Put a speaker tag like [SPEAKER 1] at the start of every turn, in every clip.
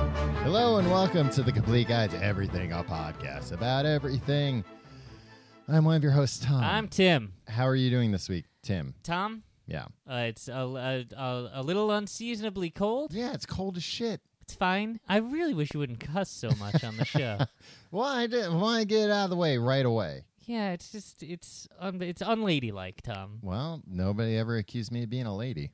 [SPEAKER 1] Hello and welcome to the Complete Guide to Everything, a podcast about everything. I'm one of your hosts, Tom.
[SPEAKER 2] I'm Tim.
[SPEAKER 1] How are you doing this week, Tim?
[SPEAKER 2] Tom,
[SPEAKER 1] Yeah.
[SPEAKER 2] uh, it's a, a, a, a little unseasonably cold.
[SPEAKER 1] Yeah, it's cold as shit.
[SPEAKER 2] It's fine. I really wish you wouldn't cuss so much on the show.
[SPEAKER 1] Why did why get it out of the way right away?
[SPEAKER 2] Yeah, it's just it's un- it's unladylike, Tom.
[SPEAKER 1] Well, nobody ever accused me of being a lady.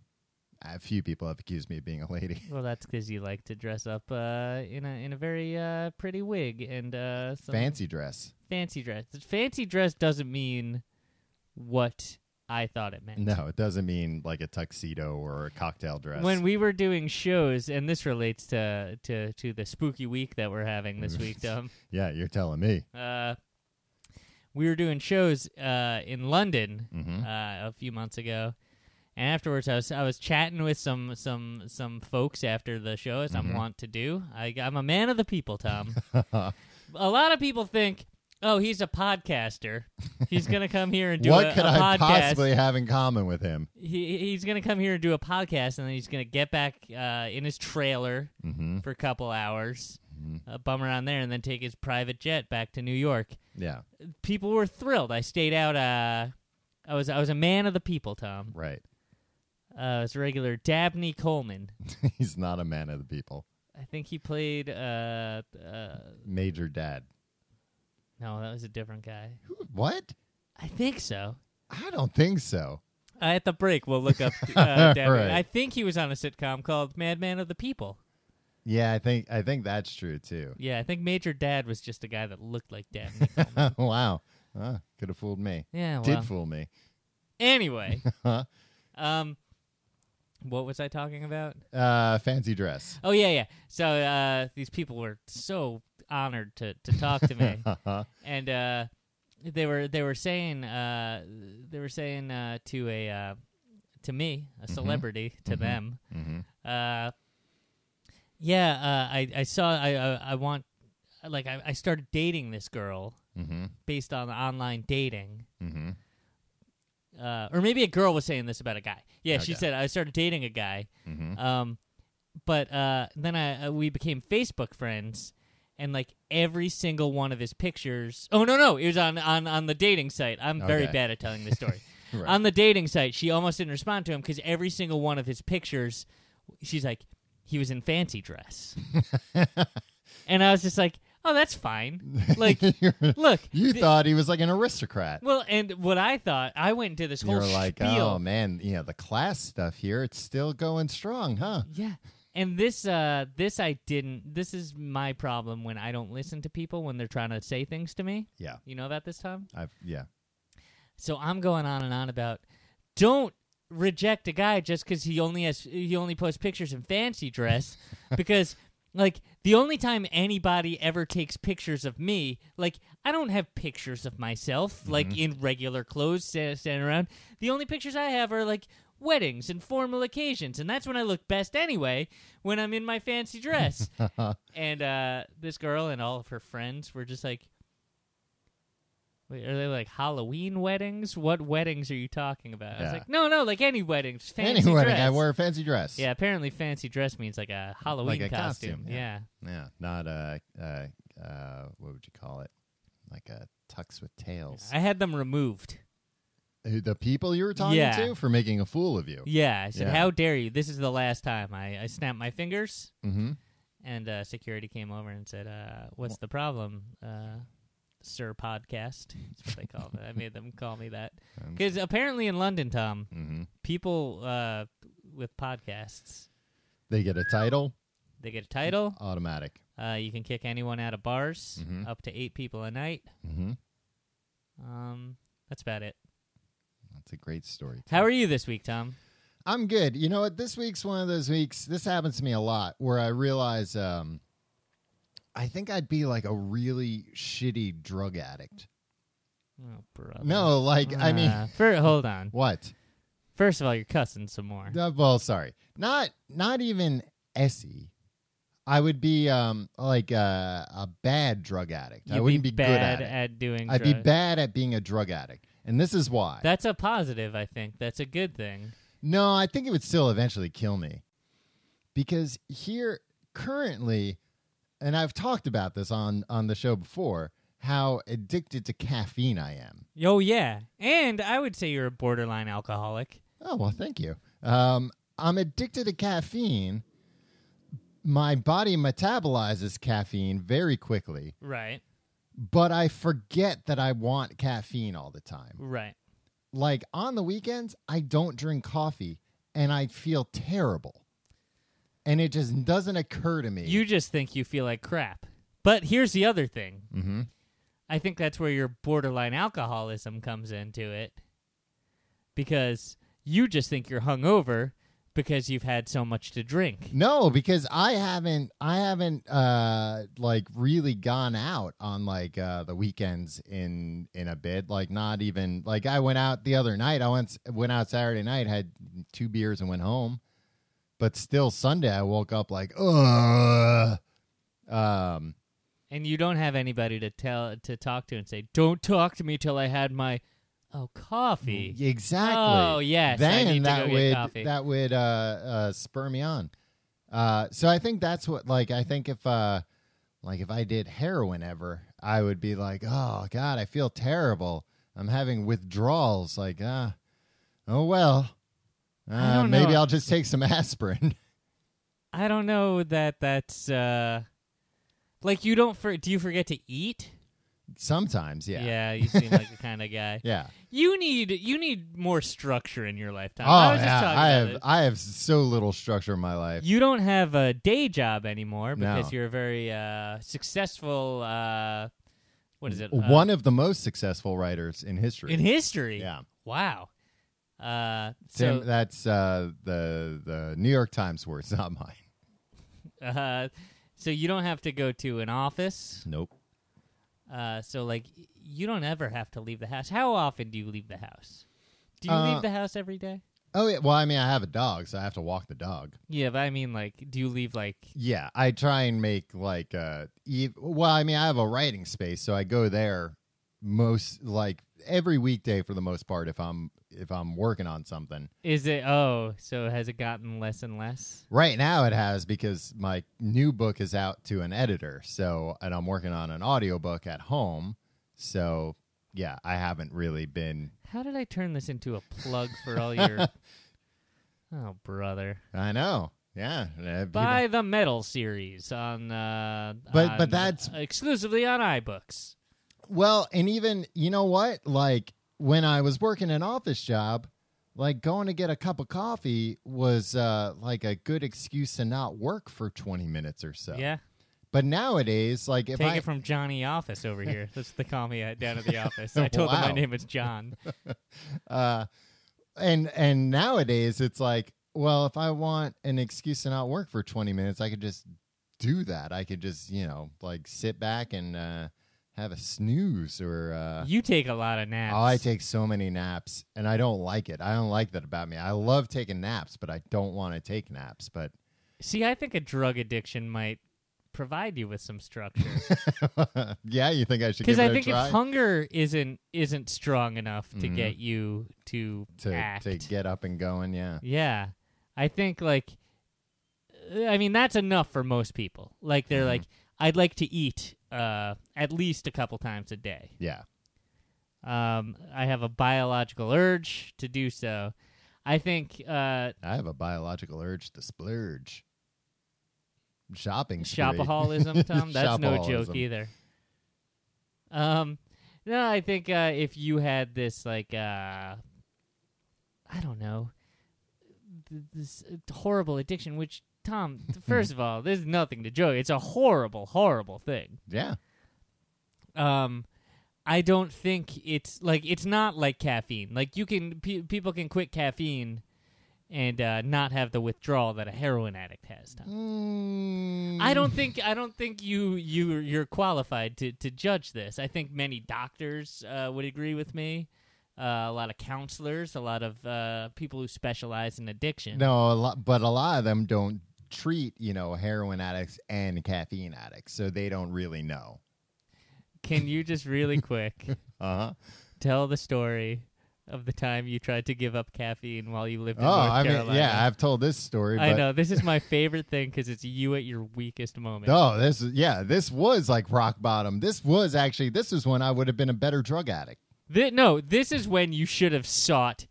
[SPEAKER 1] A few people have accused me of being a lady.
[SPEAKER 2] Well, that's because you like to dress up uh, in a in a very uh, pretty wig and uh, some
[SPEAKER 1] Fancy dress.
[SPEAKER 2] fancy dress. Fancy dress doesn't mean what I thought it meant.
[SPEAKER 1] No, it doesn't mean like a tuxedo or a cocktail dress.
[SPEAKER 2] When we were doing shows, and this relates to to to the spooky week that we're having this week, Tom.
[SPEAKER 1] yeah, you're telling me.
[SPEAKER 2] Uh, we were doing shows uh, in London
[SPEAKER 1] Mhm.
[SPEAKER 2] uh, a few months ago, and afterwards I was I was chatting with some some some folks after the show, as
[SPEAKER 1] Mm-hmm.
[SPEAKER 2] I'm wont to do. I, I'm a man of the people, Tom. a lot of people think, oh, he's a podcaster. He's gonna come here and do
[SPEAKER 1] what
[SPEAKER 2] a,
[SPEAKER 1] could
[SPEAKER 2] a
[SPEAKER 1] I
[SPEAKER 2] podcast.
[SPEAKER 1] possibly have in common with him?
[SPEAKER 2] He, he's gonna come here and do a podcast, and then he's gonna get back uh, in his trailer
[SPEAKER 1] Mm-hmm.
[SPEAKER 2] for a couple hours, uh, bum around there, and then take his private jet back to New York
[SPEAKER 1] Yeah,
[SPEAKER 2] people were thrilled. I stayed out. Uh, I was I was a man of the people, Tom.
[SPEAKER 1] right.
[SPEAKER 2] Uh, I was regular Dabney Coleman.
[SPEAKER 1] He's not a man of the people.
[SPEAKER 2] I think he played. Uh, uh,
[SPEAKER 1] Major Dad.
[SPEAKER 2] no, that was a different guy.
[SPEAKER 1] What?
[SPEAKER 2] I think so.
[SPEAKER 1] I don't think so.
[SPEAKER 2] Uh, at the break, we'll look up. Uh, Dabney.
[SPEAKER 1] Right.
[SPEAKER 2] I think he was on a sitcom called Madman of the People.
[SPEAKER 1] Yeah, I think I think that's true too.
[SPEAKER 2] Yeah, I think Major Dad was just a guy that looked like Dabney.
[SPEAKER 1] wow, Ah, could have fooled me.
[SPEAKER 2] yeah. Well.
[SPEAKER 1] Did fool me.
[SPEAKER 2] anyway, um, what was I talking about?
[SPEAKER 1] uh, fancy dress.
[SPEAKER 2] Oh yeah, yeah. So uh, these people were so honored to to talk to me, and uh, they were they were saying uh, they were saying uh, to a uh, to me a celebrity to them.
[SPEAKER 1] hmm
[SPEAKER 2] Uh, yeah, uh, I I saw I I, I want like I, I started dating this girl
[SPEAKER 1] hmm
[SPEAKER 2] based on online dating.
[SPEAKER 1] hmm
[SPEAKER 2] Uh, or maybe a girl was saying this about a guy. Yeah, she
[SPEAKER 1] Okay.
[SPEAKER 2] said I started dating a guy,
[SPEAKER 1] hmm
[SPEAKER 2] um, but uh, then I uh, we became Facebook friends, and like every single one of his pictures. Oh no, no, it was on on on the dating site. I'm very
[SPEAKER 1] Okay.
[SPEAKER 2] bad at telling this story.
[SPEAKER 1] Right.
[SPEAKER 2] On the dating site, she almost didn't respond to him because every single one of his pictures, she's like, he was in fancy dress, and I was just like, oh, that's fine. Like, look,
[SPEAKER 1] you
[SPEAKER 2] thi-
[SPEAKER 1] thought he was like an aristocrat.
[SPEAKER 2] Well, and what I thought, I went into this whole
[SPEAKER 1] You're like,
[SPEAKER 2] spiel.
[SPEAKER 1] oh man, you know the class stuff here. It's still going strong, huh?
[SPEAKER 2] Yeah. And this uh this I didn't this is my problem when I don't listen to people when they're trying to say things to me.
[SPEAKER 1] Yeah,
[SPEAKER 2] You know that this time?
[SPEAKER 1] I've yeah.
[SPEAKER 2] So I'm going on and on about don't reject a guy just cuz he only has he only posts pictures in fancy dress because like the only time anybody ever takes pictures of me, like I don't have pictures of myself like in regular clothes sta- standing around. The only pictures I have are like weddings and formal occasions, and that's when I look best anyway when I'm in my fancy dress. and uh, this girl and all of her friends were just like, Wait, are they like Halloween weddings? What weddings are you talking about? I
[SPEAKER 1] Yeah.
[SPEAKER 2] was like, no, no, like any weddings, fancy
[SPEAKER 1] anyway,
[SPEAKER 2] dress.
[SPEAKER 1] I wore a fancy dress.
[SPEAKER 2] Yeah, apparently fancy dress means like a Halloween
[SPEAKER 1] a
[SPEAKER 2] costume.
[SPEAKER 1] costume, yeah.
[SPEAKER 2] yeah.
[SPEAKER 1] yeah. Not a uh, uh, what would you call it? Like a tux with tails.
[SPEAKER 2] I had them removed.
[SPEAKER 1] Who- the people you were talking
[SPEAKER 2] Yeah.
[SPEAKER 1] to for making a fool of you.
[SPEAKER 2] Yeah, I said,
[SPEAKER 1] Yeah.
[SPEAKER 2] how dare you? This is the last time. I, I snapped my fingers,
[SPEAKER 1] Mm-hmm.
[SPEAKER 2] and uh, security came over and said, uh, what's the problem, uh, Sir Podcast? That's what they call me. I made them call me that. Because apparently in London, Tom,
[SPEAKER 1] Mm-hmm.
[SPEAKER 2] people uh, with podcasts,
[SPEAKER 1] They get a title,
[SPEAKER 2] they get a title.
[SPEAKER 1] automatic.
[SPEAKER 2] Uh, you can kick anyone out of bars,
[SPEAKER 1] Mhm.
[SPEAKER 2] up to eight people a night.
[SPEAKER 1] Mm-hmm.
[SPEAKER 2] Um, that's about it.
[SPEAKER 1] That's a great story.
[SPEAKER 2] How are you this week, Tom?
[SPEAKER 1] I'm good. You know what? This week's one of those weeks. This happens to me a lot, where I realize um, I think I'd be like a really shitty drug addict.
[SPEAKER 2] Oh, brother.
[SPEAKER 1] No, like I mean,
[SPEAKER 2] Uh, fir- hold on.
[SPEAKER 1] what?
[SPEAKER 2] First of all, you're cussing some more.
[SPEAKER 1] Uh, well, sorry, not not even Essie. I would be um like a, a bad drug addict. I
[SPEAKER 2] You'd
[SPEAKER 1] wouldn't
[SPEAKER 2] be,
[SPEAKER 1] be, good
[SPEAKER 2] bad
[SPEAKER 1] at it.
[SPEAKER 2] doing.
[SPEAKER 1] I'd be
[SPEAKER 2] drugs.
[SPEAKER 1] bad at being a drug addict, and this is why.
[SPEAKER 2] That's a positive. I think that's a good thing.
[SPEAKER 1] No, I think it would still eventually kill me. Because here, currently, and I've talked about this on on the show before, how addicted to caffeine I am.
[SPEAKER 2] Oh yeah, and I would say you're a borderline alcoholic.
[SPEAKER 1] Oh well, thank you. Um, I'm addicted to caffeine. My body metabolizes caffeine very quickly,
[SPEAKER 2] Right.
[SPEAKER 1] but I forget that I want caffeine all the time.
[SPEAKER 2] Right.
[SPEAKER 1] Like on the weekends, I don't drink coffee and I feel terrible. And it just doesn't occur to me.
[SPEAKER 2] You just think you feel like crap. But here's the other thing.
[SPEAKER 1] mm-hmm.
[SPEAKER 2] I think that's where your borderline alcoholism comes into it. Because you just think you're hungover because you've had so much to drink.
[SPEAKER 1] No, because I haven't I haven't uh like really gone out on like uh the weekends in in a bit. Like not even like I went out the other night. I went went out Saturday night, had two beers and went home. But still Sunday I woke up like ugh. Um
[SPEAKER 2] And you don't have anybody to tell to talk to and say, "Don't talk to me till I had my oh, coffee."
[SPEAKER 1] exactly.
[SPEAKER 2] Oh, yes. I need
[SPEAKER 1] Then
[SPEAKER 2] to
[SPEAKER 1] that
[SPEAKER 2] go get coffee.
[SPEAKER 1] would that would uh uh spur me on. Uh so I think that's what like I think if uh like if I did heroin ever, I would be like, "Oh god, I feel terrible. I'm having withdrawals." Like, "Ah, oh well.
[SPEAKER 2] I
[SPEAKER 1] Uh,
[SPEAKER 2] don't
[SPEAKER 1] maybe
[SPEAKER 2] know.
[SPEAKER 1] I'll just take some aspirin." Mm-hmm.
[SPEAKER 2] I don't know that that's uh like you don't for do you forget to eat?
[SPEAKER 1] Sometimes, yeah.
[SPEAKER 2] yeah you seem like the kind of guy.
[SPEAKER 1] Yeah.
[SPEAKER 2] You need you need more structure in your lifetime.
[SPEAKER 1] Oh,
[SPEAKER 2] I was
[SPEAKER 1] yeah.
[SPEAKER 2] just talking
[SPEAKER 1] I
[SPEAKER 2] about
[SPEAKER 1] have
[SPEAKER 2] it.
[SPEAKER 1] I have so little structure in my life.
[SPEAKER 2] You don't have a day job anymore because
[SPEAKER 1] No.
[SPEAKER 2] you're a very uh, successful. Uh, what is it? Uh,
[SPEAKER 1] One of the most successful writers in history.
[SPEAKER 2] in history.
[SPEAKER 1] Yeah.
[SPEAKER 2] Wow. Uh,
[SPEAKER 1] Tim,
[SPEAKER 2] so
[SPEAKER 1] that's uh, the the New York Times words, not mine.
[SPEAKER 2] uh, so you don't have to go to an office.
[SPEAKER 1] Nope.
[SPEAKER 2] Uh, so like y- you don't ever have to leave the house. How often do you leave the house? Do you
[SPEAKER 1] Uh,
[SPEAKER 2] leave the house every day?
[SPEAKER 1] Oh yeah. Well, I mean, I have a dog, so I have to walk the dog.
[SPEAKER 2] Yeah, but I mean, like, do you leave like?
[SPEAKER 1] Yeah, I try and make like uh, ev- well, I mean, I have a writing space, so I go there most like every weekday for the most part if I'm if I'm working on something.
[SPEAKER 2] Is it? Oh, so has it gotten less and less?
[SPEAKER 1] Right now it has because my new book is out to an editor, so and I'm working on an audiobook at home. So, yeah, I haven't really been
[SPEAKER 2] How did I turn this into a plug for all your? oh, brother!
[SPEAKER 1] I know. Yeah. uh, people-
[SPEAKER 2] Buy the metal series on, uh,
[SPEAKER 1] But- but
[SPEAKER 2] on-
[SPEAKER 1] that's-
[SPEAKER 2] exclusively on iBooks.
[SPEAKER 1] Well, and even you know what? Like when I was working an office job, like going to get a cup of coffee was uh like a good excuse to not work for 20 minutes or so.
[SPEAKER 2] Yeah,
[SPEAKER 1] But nowadays, like if
[SPEAKER 2] take
[SPEAKER 1] I
[SPEAKER 2] it from Johnny Office over here. That's the call me at down at the office. I told them my
[SPEAKER 1] Wow.
[SPEAKER 2] name was John.
[SPEAKER 1] uh and and nowadays it's like, well, if I want an excuse to not work for 20 minutes, I could just do that. I could just, you know, like sit back and uh have a snooze or uh
[SPEAKER 2] you take a lot of naps.
[SPEAKER 1] Oh, I take so many naps, and I don't like it. I don't like that about me. I love taking naps, but I don't want to take naps. But
[SPEAKER 2] See, I think a drug addiction might provide you with some structure
[SPEAKER 1] yeah, you think I should give
[SPEAKER 2] because
[SPEAKER 1] it
[SPEAKER 2] I
[SPEAKER 1] a
[SPEAKER 2] think
[SPEAKER 1] try
[SPEAKER 2] if hunger isn't isn't strong enough to
[SPEAKER 1] Mhm.
[SPEAKER 2] get you to,
[SPEAKER 1] to
[SPEAKER 2] act,
[SPEAKER 1] to get up and going? Yeah,
[SPEAKER 2] Yeah. I think like uh, I mean that's enough for most people. Like they're
[SPEAKER 1] Mhm.
[SPEAKER 2] like I'd like to eat uh at least a couple times a day.
[SPEAKER 1] yeah,
[SPEAKER 2] Um I have a biological urge to do so. I think uh
[SPEAKER 1] I have a biological urge to splurge. Shopping, spree.
[SPEAKER 2] shopaholism, Tom, that's no joke
[SPEAKER 1] Shopaholism.
[SPEAKER 2] either. Um no, I think uh if you had this like uh I don't know th- this uh, horrible addiction which Tom, first of all, there's nothing to joke. It's a horrible, horrible thing.
[SPEAKER 1] Yeah,
[SPEAKER 2] um i don't think it's like it's not like caffeine like you can pe- people can quit caffeine and uh, not have the withdrawal that a heroin addict has Tom.
[SPEAKER 1] Mm.
[SPEAKER 2] i don't think i don't think you you you're qualified to to judge this i think many doctors uh, would agree with me uh, a lot of counselors a lot of uh, people who specialize in addiction
[SPEAKER 1] No, a lot, but a lot of them don't treat you know heroin addicts and caffeine addicts, so they don't really know.
[SPEAKER 2] can you just really quick
[SPEAKER 1] Uh huh.
[SPEAKER 2] tell the story of the time you tried to give up caffeine while you lived in
[SPEAKER 1] Oh,
[SPEAKER 2] North
[SPEAKER 1] I mean,
[SPEAKER 2] Carolina.
[SPEAKER 1] yeah, I've told this story. But
[SPEAKER 2] I know this is my favorite thing because it's you at your weakest moment.
[SPEAKER 1] Oh, this is yeah, this was like rock bottom. This was actually this is when I would have been a better drug addict.
[SPEAKER 2] Thi- no, this is when you should have sought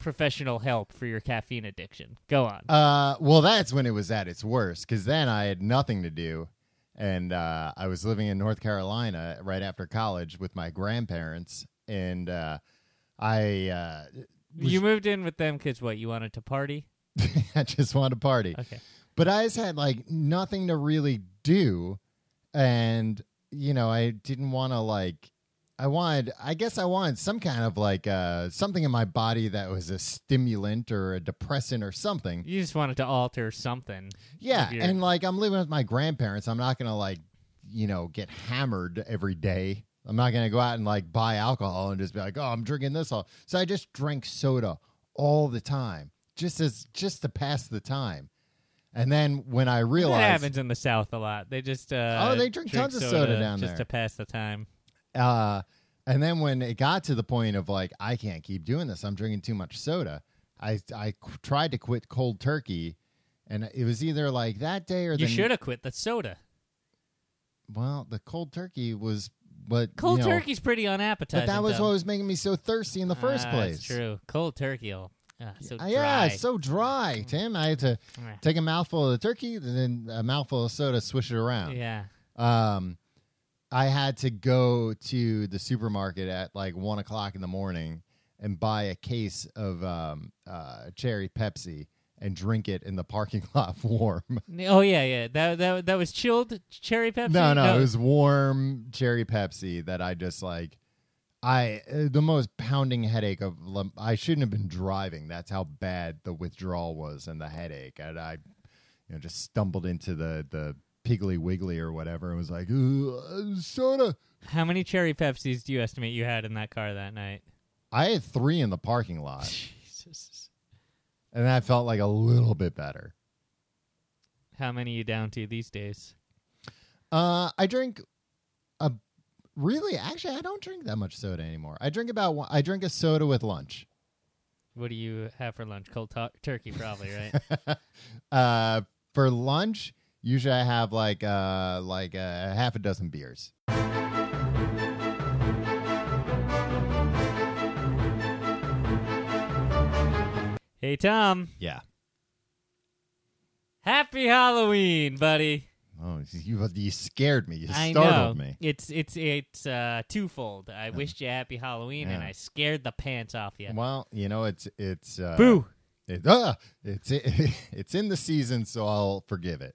[SPEAKER 2] professional help for your caffeine addiction. Go on.
[SPEAKER 1] Uh, well, that's when it was at its worst because then I had nothing to do, and uh, I was living in North Carolina right after college with my grandparents, and uh, I uh, was-
[SPEAKER 2] you moved in with them because what you wanted to party.
[SPEAKER 1] I just wanted to party.
[SPEAKER 2] Okay.
[SPEAKER 1] but I just had like nothing to really do, and you know I didn't want to like I wanted I guess I wanted some kind of like uh something in my body that was a stimulant or a depressant or something.
[SPEAKER 2] You just wanted to alter something.
[SPEAKER 1] Yeah,
[SPEAKER 2] Weird.
[SPEAKER 1] and like I'm living with my grandparents, I'm not gonna like you know get hammered every day. I'm not gonna go out and like buy alcohol and just be like, oh, I'm drinking this all. So I just drank soda all the time, just as just to pass the time. And then when I
[SPEAKER 2] That
[SPEAKER 1] realized
[SPEAKER 2] happens in the South a lot. They just uh,
[SPEAKER 1] Oh, they drink tons of soda down
[SPEAKER 2] just
[SPEAKER 1] there.
[SPEAKER 2] to pass the time.
[SPEAKER 1] Uh, and then when it got to the point of like, I can't keep doing this. I'm drinking too much soda. I I qu- tried to quit cold turkey, and it was either like that day or
[SPEAKER 2] You
[SPEAKER 1] the
[SPEAKER 2] should have quit the soda.
[SPEAKER 1] well, the cold turkey was but
[SPEAKER 2] Cold
[SPEAKER 1] you know,
[SPEAKER 2] turkey's pretty unappetizing.
[SPEAKER 1] But that was
[SPEAKER 2] though.
[SPEAKER 1] what was making me so thirsty in the first
[SPEAKER 2] Ah,
[SPEAKER 1] place.
[SPEAKER 2] That's true. Cold turkey. will- ah, so
[SPEAKER 1] Uh,
[SPEAKER 2] dry.
[SPEAKER 1] yeah, it's so dry, Tim. I had to
[SPEAKER 2] Ah,
[SPEAKER 1] take a mouthful of the turkey, and then a mouthful of soda, swish it around.
[SPEAKER 2] yeah.
[SPEAKER 1] um, I had to go to the supermarket at like one o'clock in the morning and buy a case of um, uh, cherry Pepsi and drink it in the parking lot warm.
[SPEAKER 2] N- Oh yeah, yeah. That that that was chilled cherry Pepsi.
[SPEAKER 1] no, no, it was warm cherry Pepsi that I just like. I uh, the most pounding headache of lum- I shouldn't have been driving. That's how bad the withdrawal was and the headache. And I, you know, just stumbled into the the Piggly Wiggly or whatever and was like, "Ooh, uh, soda.
[SPEAKER 2] How many cherry Pepsis do you estimate you had in that car that night?
[SPEAKER 1] I had three in the parking lot,
[SPEAKER 2] Jesus.
[SPEAKER 1] and that felt like a little bit better.
[SPEAKER 2] How many you down to these days?
[SPEAKER 1] Uh, I drink a really actually I don't drink that much soda anymore. I drink about one, I drink a soda with lunch.
[SPEAKER 2] What do you have for lunch? Cold tu- turkey, probably, right?
[SPEAKER 1] uh, for lunch, usually I have like uh like a half a dozen beers.
[SPEAKER 2] hey, Tom.
[SPEAKER 1] Yeah.
[SPEAKER 2] Happy Halloween, buddy.
[SPEAKER 1] Oh, you you scared me. You
[SPEAKER 2] I
[SPEAKER 1] startled
[SPEAKER 2] know.
[SPEAKER 1] me.
[SPEAKER 2] It's it's it's uh, twofold. I wished you happy Halloween, and
[SPEAKER 1] Yeah.
[SPEAKER 2] I scared the pants off you.
[SPEAKER 1] Well, you know it's it's uh,
[SPEAKER 2] Boo.
[SPEAKER 1] It, uh, it's it's in the season, so I'll forgive it.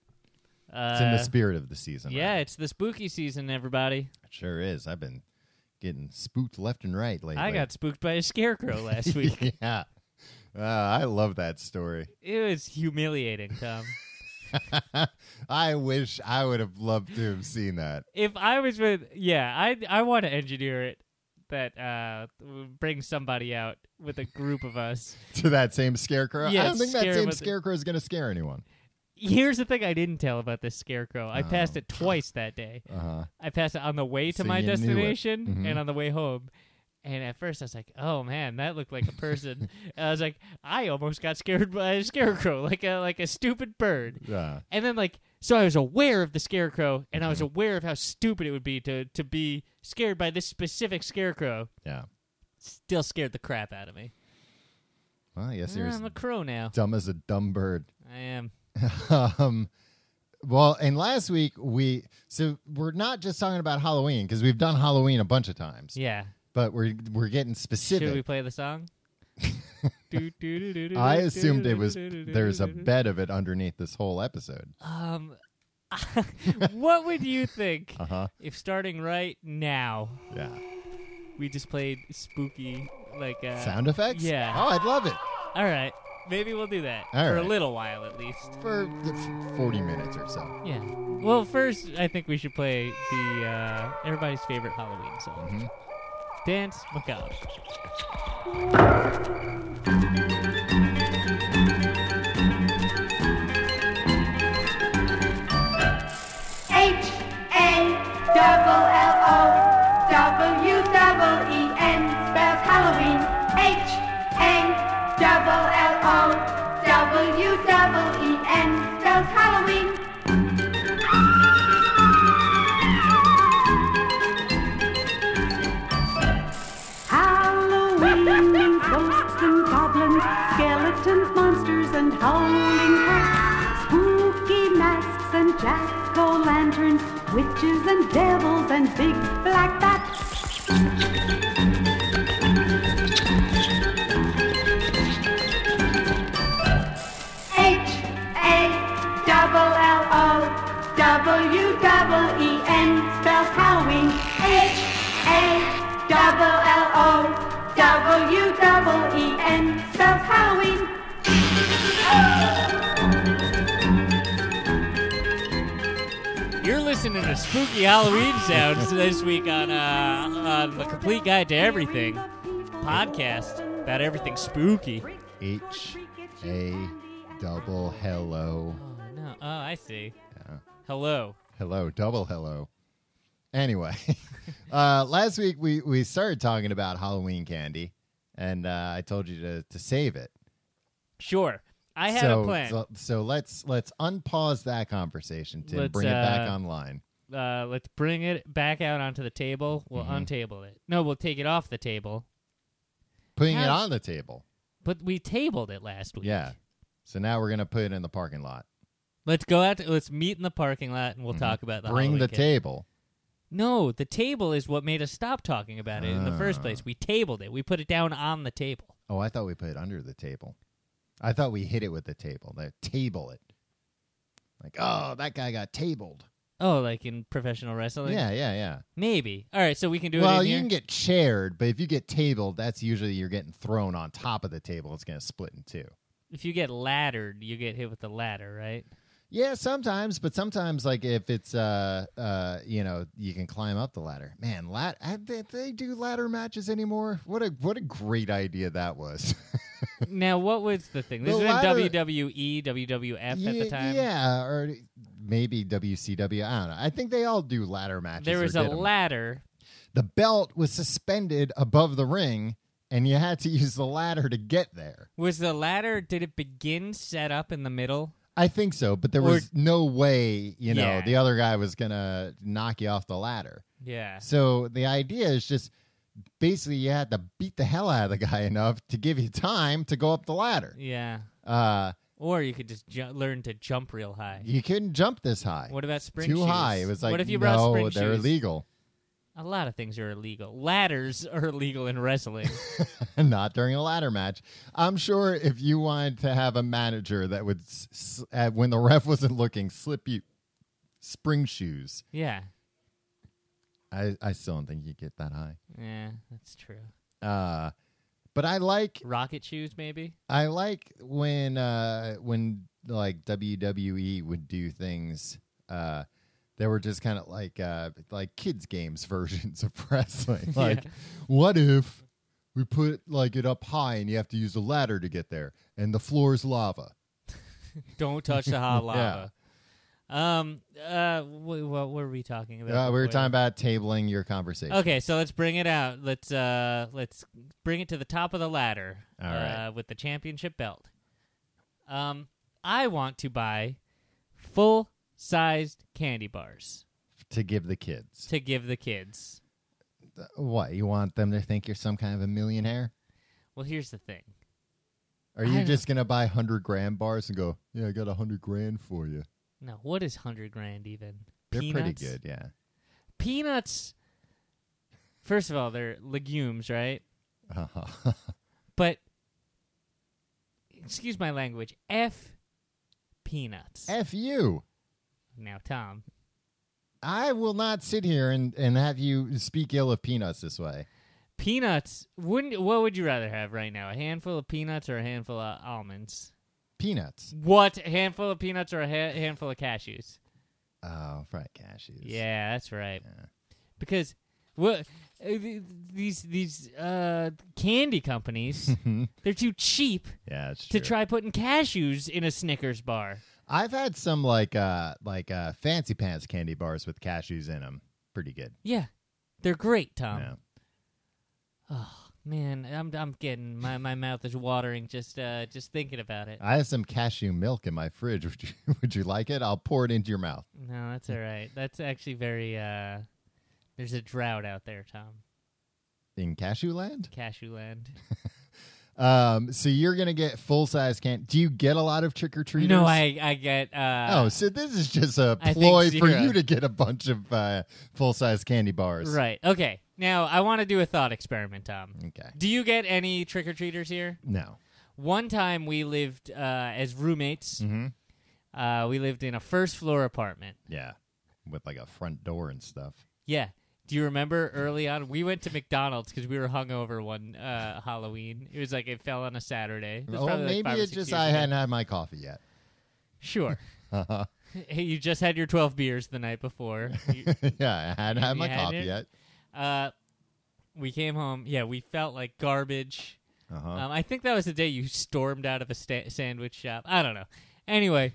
[SPEAKER 2] Uh,
[SPEAKER 1] It's in the spirit of the season.
[SPEAKER 2] yeah, it's the spooky season, everybody.
[SPEAKER 1] It Sure is. I've been getting spooked left and right lately.
[SPEAKER 2] I got spooked by a scarecrow last week.
[SPEAKER 1] yeah. Uh, I love that story.
[SPEAKER 2] It was humiliating, Tom.
[SPEAKER 1] I wish I would have loved to have seen that.
[SPEAKER 2] if I was with, yeah, I I want to engineer it that uh bring somebody out with a group of us.
[SPEAKER 1] To that same scarecrow. I
[SPEAKER 2] Yeah,
[SPEAKER 1] don't think that
[SPEAKER 2] scare
[SPEAKER 1] same
[SPEAKER 2] with-
[SPEAKER 1] scarecrow is going to scare anyone.
[SPEAKER 2] Here's the thing I didn't tell about this scarecrow. I passed it twice that day.
[SPEAKER 1] Uh-huh.
[SPEAKER 2] I passed it on the way to
[SPEAKER 1] Oh. So
[SPEAKER 2] my
[SPEAKER 1] you knew it.
[SPEAKER 2] destination
[SPEAKER 1] Mhm.
[SPEAKER 2] and on the way home. And at first I was like, "Oh man, that looked like a person." and I was like, "I almost got scared by a scarecrow, like a like a stupid bird."
[SPEAKER 1] Yeah.
[SPEAKER 2] And then like so I was aware of the scarecrow and
[SPEAKER 1] Mm-hmm.
[SPEAKER 2] I was aware of how stupid it would be to to be scared by this specific scarecrow.
[SPEAKER 1] Yeah.
[SPEAKER 2] Still scared the crap out of me.
[SPEAKER 1] Well, yes,
[SPEAKER 2] Ah,
[SPEAKER 1] you're as
[SPEAKER 2] I'm a crow now.
[SPEAKER 1] dumb as a dumb bird.
[SPEAKER 2] I am.
[SPEAKER 1] um, well, and last week we so we're not just talking about Halloween because we've done Halloween a bunch of times,
[SPEAKER 2] Yeah.
[SPEAKER 1] but we're we're getting
[SPEAKER 2] Should we
[SPEAKER 1] specific.
[SPEAKER 2] play the song?
[SPEAKER 1] I assumed it was there's a bed of it underneath this whole episode.
[SPEAKER 2] Um what would you think
[SPEAKER 1] Uh huh.
[SPEAKER 2] if starting right now
[SPEAKER 1] Yeah.
[SPEAKER 2] we just played spooky like uh
[SPEAKER 1] Sound effects?
[SPEAKER 2] yeah.
[SPEAKER 1] Oh, I'd love it.
[SPEAKER 2] All right. Maybe we'll do that
[SPEAKER 1] All
[SPEAKER 2] for a
[SPEAKER 1] right.
[SPEAKER 2] little while at least.
[SPEAKER 1] For the f- 40 minutes or so.
[SPEAKER 2] Yeah. Well, first, I think we should play the uh, everybody's favorite Halloween song,
[SPEAKER 1] Mm-hmm.
[SPEAKER 2] "Dance Macabre."
[SPEAKER 3] H A double L O W double E N spells Halloween. H H-O-W-E-N E spells Halloween.
[SPEAKER 4] Halloween, ghosts and goblins, skeletons, monsters, and howling cats, spooky masks and jack-o'-lanterns, witches and devils and big black bats. E
[SPEAKER 3] H-A-double-L-O-W-double-E-N spells Halloween.
[SPEAKER 4] E
[SPEAKER 3] H-A-double-L-O-W-double-E-N spells Halloween.
[SPEAKER 2] You're listening to spooky Halloween sounds this week on uh, on the Complete Guide to Everything podcast about everything spooky.
[SPEAKER 1] H A double hello.
[SPEAKER 2] Oh no! Oh, I see.
[SPEAKER 1] Yeah.
[SPEAKER 2] Hello.
[SPEAKER 1] Hello, double hello. Anyway, uh, last week we, we started talking about Halloween candy, and uh, I told you to, to save it.
[SPEAKER 2] Sure. I had
[SPEAKER 1] so,
[SPEAKER 2] a plan.
[SPEAKER 1] So, so let's let's unpause that conversation Tim.
[SPEAKER 2] Let's,
[SPEAKER 1] bring it back
[SPEAKER 2] uh,
[SPEAKER 1] online.
[SPEAKER 2] uh, let's bring it back out onto the table. We'll
[SPEAKER 1] Mm-hmm.
[SPEAKER 2] untable it. No, we'll take it off the table.
[SPEAKER 1] Putting it
[SPEAKER 2] how-
[SPEAKER 1] on the table.
[SPEAKER 2] But we tabled it last week.
[SPEAKER 1] Yeah. So now we're gonna put it in the parking lot.
[SPEAKER 2] Let's go out. To, let's meet in the parking lot and we'll talk about the
[SPEAKER 1] Mm-hmm. Bring
[SPEAKER 2] Halloween
[SPEAKER 1] the
[SPEAKER 2] candy.
[SPEAKER 1] table.
[SPEAKER 2] No, the table is what made us stop talking about it in the
[SPEAKER 1] Ah.
[SPEAKER 2] first place. We tabled it. We put it down on the table.
[SPEAKER 1] Oh, I thought we put it under the table. I thought we hit it with the table. The table it. Like, oh, that guy got tabled.
[SPEAKER 2] Oh, like in professional wrestling?
[SPEAKER 1] yeah, yeah, yeah.
[SPEAKER 2] Maybe. All right, so we can do
[SPEAKER 1] well,
[SPEAKER 2] it in
[SPEAKER 1] you
[SPEAKER 2] here.
[SPEAKER 1] can get chaired, but if you get tabled, that's usually you're getting thrown on top of the table. It's going to split in two.
[SPEAKER 2] if you get laddered, you get hit with the ladder, right?
[SPEAKER 1] Yeah, sometimes, but sometimes like if it's uh uh you know you can climb up the ladder. Man, lad, I- they, they do ladder matches anymore. What a what a great idea that was.
[SPEAKER 2] now, what was the thing? This
[SPEAKER 1] The
[SPEAKER 2] was
[SPEAKER 1] ladder-
[SPEAKER 2] in E, WWE, WWF at the
[SPEAKER 1] Ye-
[SPEAKER 2] time.
[SPEAKER 1] yeah, or maybe WCW. I don't know. I think they all do ladder matches.
[SPEAKER 2] There
[SPEAKER 1] or
[SPEAKER 2] was a
[SPEAKER 1] did 'em.
[SPEAKER 2] ladder.
[SPEAKER 1] The belt was suspended above the ring, and you had to use the ladder to get there.
[SPEAKER 2] Was the ladder? Did it begin set up in the middle?
[SPEAKER 1] I think so, but there
[SPEAKER 2] Or-
[SPEAKER 1] was no way, you know,
[SPEAKER 2] Yeah.
[SPEAKER 1] the other guy was going to knock you off the ladder.
[SPEAKER 2] Yeah.
[SPEAKER 1] So the idea is just basically you had to beat the hell out of the guy enough to give you time to go up the ladder.
[SPEAKER 2] Yeah.
[SPEAKER 1] Uh,
[SPEAKER 2] Or you could just ju- learn to jump real high.
[SPEAKER 1] you couldn't jump this high.
[SPEAKER 2] What about spring
[SPEAKER 1] Too
[SPEAKER 2] shoes?
[SPEAKER 1] high. It was like,
[SPEAKER 2] what if you brought
[SPEAKER 1] no,
[SPEAKER 2] spring
[SPEAKER 1] they're
[SPEAKER 2] shoes?
[SPEAKER 1] illegal.
[SPEAKER 2] A lot of things are illegal. Ladders are illegal in wrestling.
[SPEAKER 1] Not during a ladder match. I'm sure if you wanted to have a manager that would, s- s- uh, when the ref wasn't looking, slip you spring shoes,
[SPEAKER 2] yeah.
[SPEAKER 1] I, I still don't think you'd get that high.
[SPEAKER 2] Yeah, that's true.
[SPEAKER 1] Uh, but I like
[SPEAKER 2] Rocket shoes, maybe.
[SPEAKER 1] I like when uh when like WWE would do things uh that were just kind of like uh like kids games versions of wrestling. Like what if we put like it up high and you have to use a ladder to get there and the floor's lava.
[SPEAKER 2] Don't touch the hot
[SPEAKER 1] Yeah.
[SPEAKER 2] lava. Um. Uh. Wh- what were we talking about?
[SPEAKER 1] Uh, we were
[SPEAKER 2] before
[SPEAKER 1] talking
[SPEAKER 2] that?
[SPEAKER 1] about tabling your conversation.
[SPEAKER 2] Okay, so let's bring it out. Let's uh let's bring it to the top of the ladder
[SPEAKER 1] All
[SPEAKER 2] uh,
[SPEAKER 1] right.
[SPEAKER 2] with the championship belt. Um I want to buy full sized candy bars
[SPEAKER 1] To give the kids. Uh,
[SPEAKER 2] to give the kids.
[SPEAKER 1] What, you want them to think you're some kind of a millionaire?
[SPEAKER 2] Well, here's the thing.
[SPEAKER 1] Or
[SPEAKER 2] I
[SPEAKER 1] you
[SPEAKER 2] don't-
[SPEAKER 1] just gonna buy hundred grand bars and go, Yeah, I got a hundred grand for you.
[SPEAKER 2] No, what is 100 grand even?
[SPEAKER 1] They're
[SPEAKER 2] Peanuts?
[SPEAKER 1] pretty good, yeah.
[SPEAKER 2] Peanuts First of all, they're legumes, right?
[SPEAKER 1] Uh-huh.
[SPEAKER 2] But excuse my language, F peanuts.
[SPEAKER 1] F you.
[SPEAKER 2] now, Tom,
[SPEAKER 1] I will not sit here and, and have you speak ill of peanuts this way.
[SPEAKER 2] Peanuts. Wouldn't what would you rather have right now? A handful of peanuts or a handful of almonds?
[SPEAKER 1] Peanuts.
[SPEAKER 2] What? A handful of peanuts or a ha- handful of cashews?
[SPEAKER 1] Oh, fried cashews.
[SPEAKER 2] Yeah, that's right. Because what uh, these these uh, candy companies they're too cheap
[SPEAKER 1] Yeah, it's
[SPEAKER 2] to
[SPEAKER 1] true.
[SPEAKER 2] try putting cashews in a Snickers bar.
[SPEAKER 1] I've had some like uh like uh fancy pants candy bars with cashews in them. Pretty good.
[SPEAKER 2] Yeah. They're great, Tom.
[SPEAKER 1] yeah.
[SPEAKER 2] Man, I'm I'm getting my, my mouth is watering just uh just thinking about it.
[SPEAKER 1] I have some cashew milk in my fridge. Would you would you like it? I'll pour it into your mouth.
[SPEAKER 2] No, that's all right. That's actually very uh there's a drought out there, Tom.
[SPEAKER 1] In cashew land?
[SPEAKER 2] Cashew land.
[SPEAKER 1] Um, so you're gonna get full size can do you get a lot of trick or treaters?
[SPEAKER 2] No, I I get uh
[SPEAKER 1] Oh, so this is just a
[SPEAKER 2] I think
[SPEAKER 1] ploy for
[SPEAKER 2] zero.
[SPEAKER 1] you to get a bunch of uh, full size candy bars.
[SPEAKER 2] right. Okay. Now I want to do a thought experiment, Tom.
[SPEAKER 1] Okay.
[SPEAKER 2] Do you get any trick or treaters here?
[SPEAKER 1] No.
[SPEAKER 2] One time we lived uh, as roommates.
[SPEAKER 1] Mm-hmm.
[SPEAKER 2] Uh, we lived in a first floor apartment.
[SPEAKER 1] Yeah. With like a front door and stuff.
[SPEAKER 2] Yeah. Do you remember early on we went to McDonald's because we were hungover one uh, Halloween? It was like it fell on a Saturday. It was
[SPEAKER 1] Oh,
[SPEAKER 2] probably, like,
[SPEAKER 1] maybe
[SPEAKER 2] five or
[SPEAKER 1] it's
[SPEAKER 2] six
[SPEAKER 1] just
[SPEAKER 2] years
[SPEAKER 1] I
[SPEAKER 2] ago.
[SPEAKER 1] hadn't had my coffee yet.
[SPEAKER 2] Sure.
[SPEAKER 1] Uh-huh.
[SPEAKER 2] Hey, you just had your twelve beers the night before. You-
[SPEAKER 1] yeah, I hadn't had
[SPEAKER 2] You
[SPEAKER 1] my
[SPEAKER 2] had
[SPEAKER 1] coffee
[SPEAKER 2] it?
[SPEAKER 1] yet.
[SPEAKER 2] uh, we came home. Yeah, we felt like garbage.
[SPEAKER 1] Uh-huh.
[SPEAKER 2] Um, I think that was the day you stormed out of a sta- sandwich shop. I don't know. Anyway,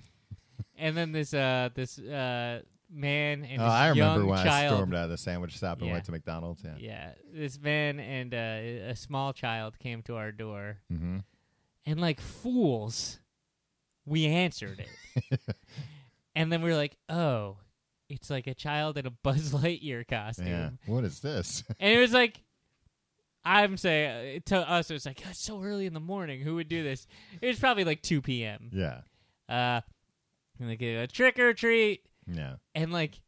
[SPEAKER 2] and then this uh, this uh, man and
[SPEAKER 1] oh,
[SPEAKER 2] this
[SPEAKER 1] I remember
[SPEAKER 2] young
[SPEAKER 1] when I
[SPEAKER 2] child.
[SPEAKER 1] stormed out of the sandwich shop and
[SPEAKER 2] Yeah.
[SPEAKER 1] went to McDonald's. Yeah.
[SPEAKER 2] Yeah, this man and uh, a small child came to our door,
[SPEAKER 1] Mm-hmm.
[SPEAKER 2] and like fools, we answered it. and then we were like, "Oh, it's like a child in a Buzz Lightyear costume."
[SPEAKER 1] Yeah. What is this?
[SPEAKER 2] And it was like, I'm saying uh, to us, it was like, it's so early in the morning. Who would do this? It was probably like 2 p.m.
[SPEAKER 1] yeah.
[SPEAKER 2] Uh, and they go, trick or treat.
[SPEAKER 1] Yeah.
[SPEAKER 2] And like,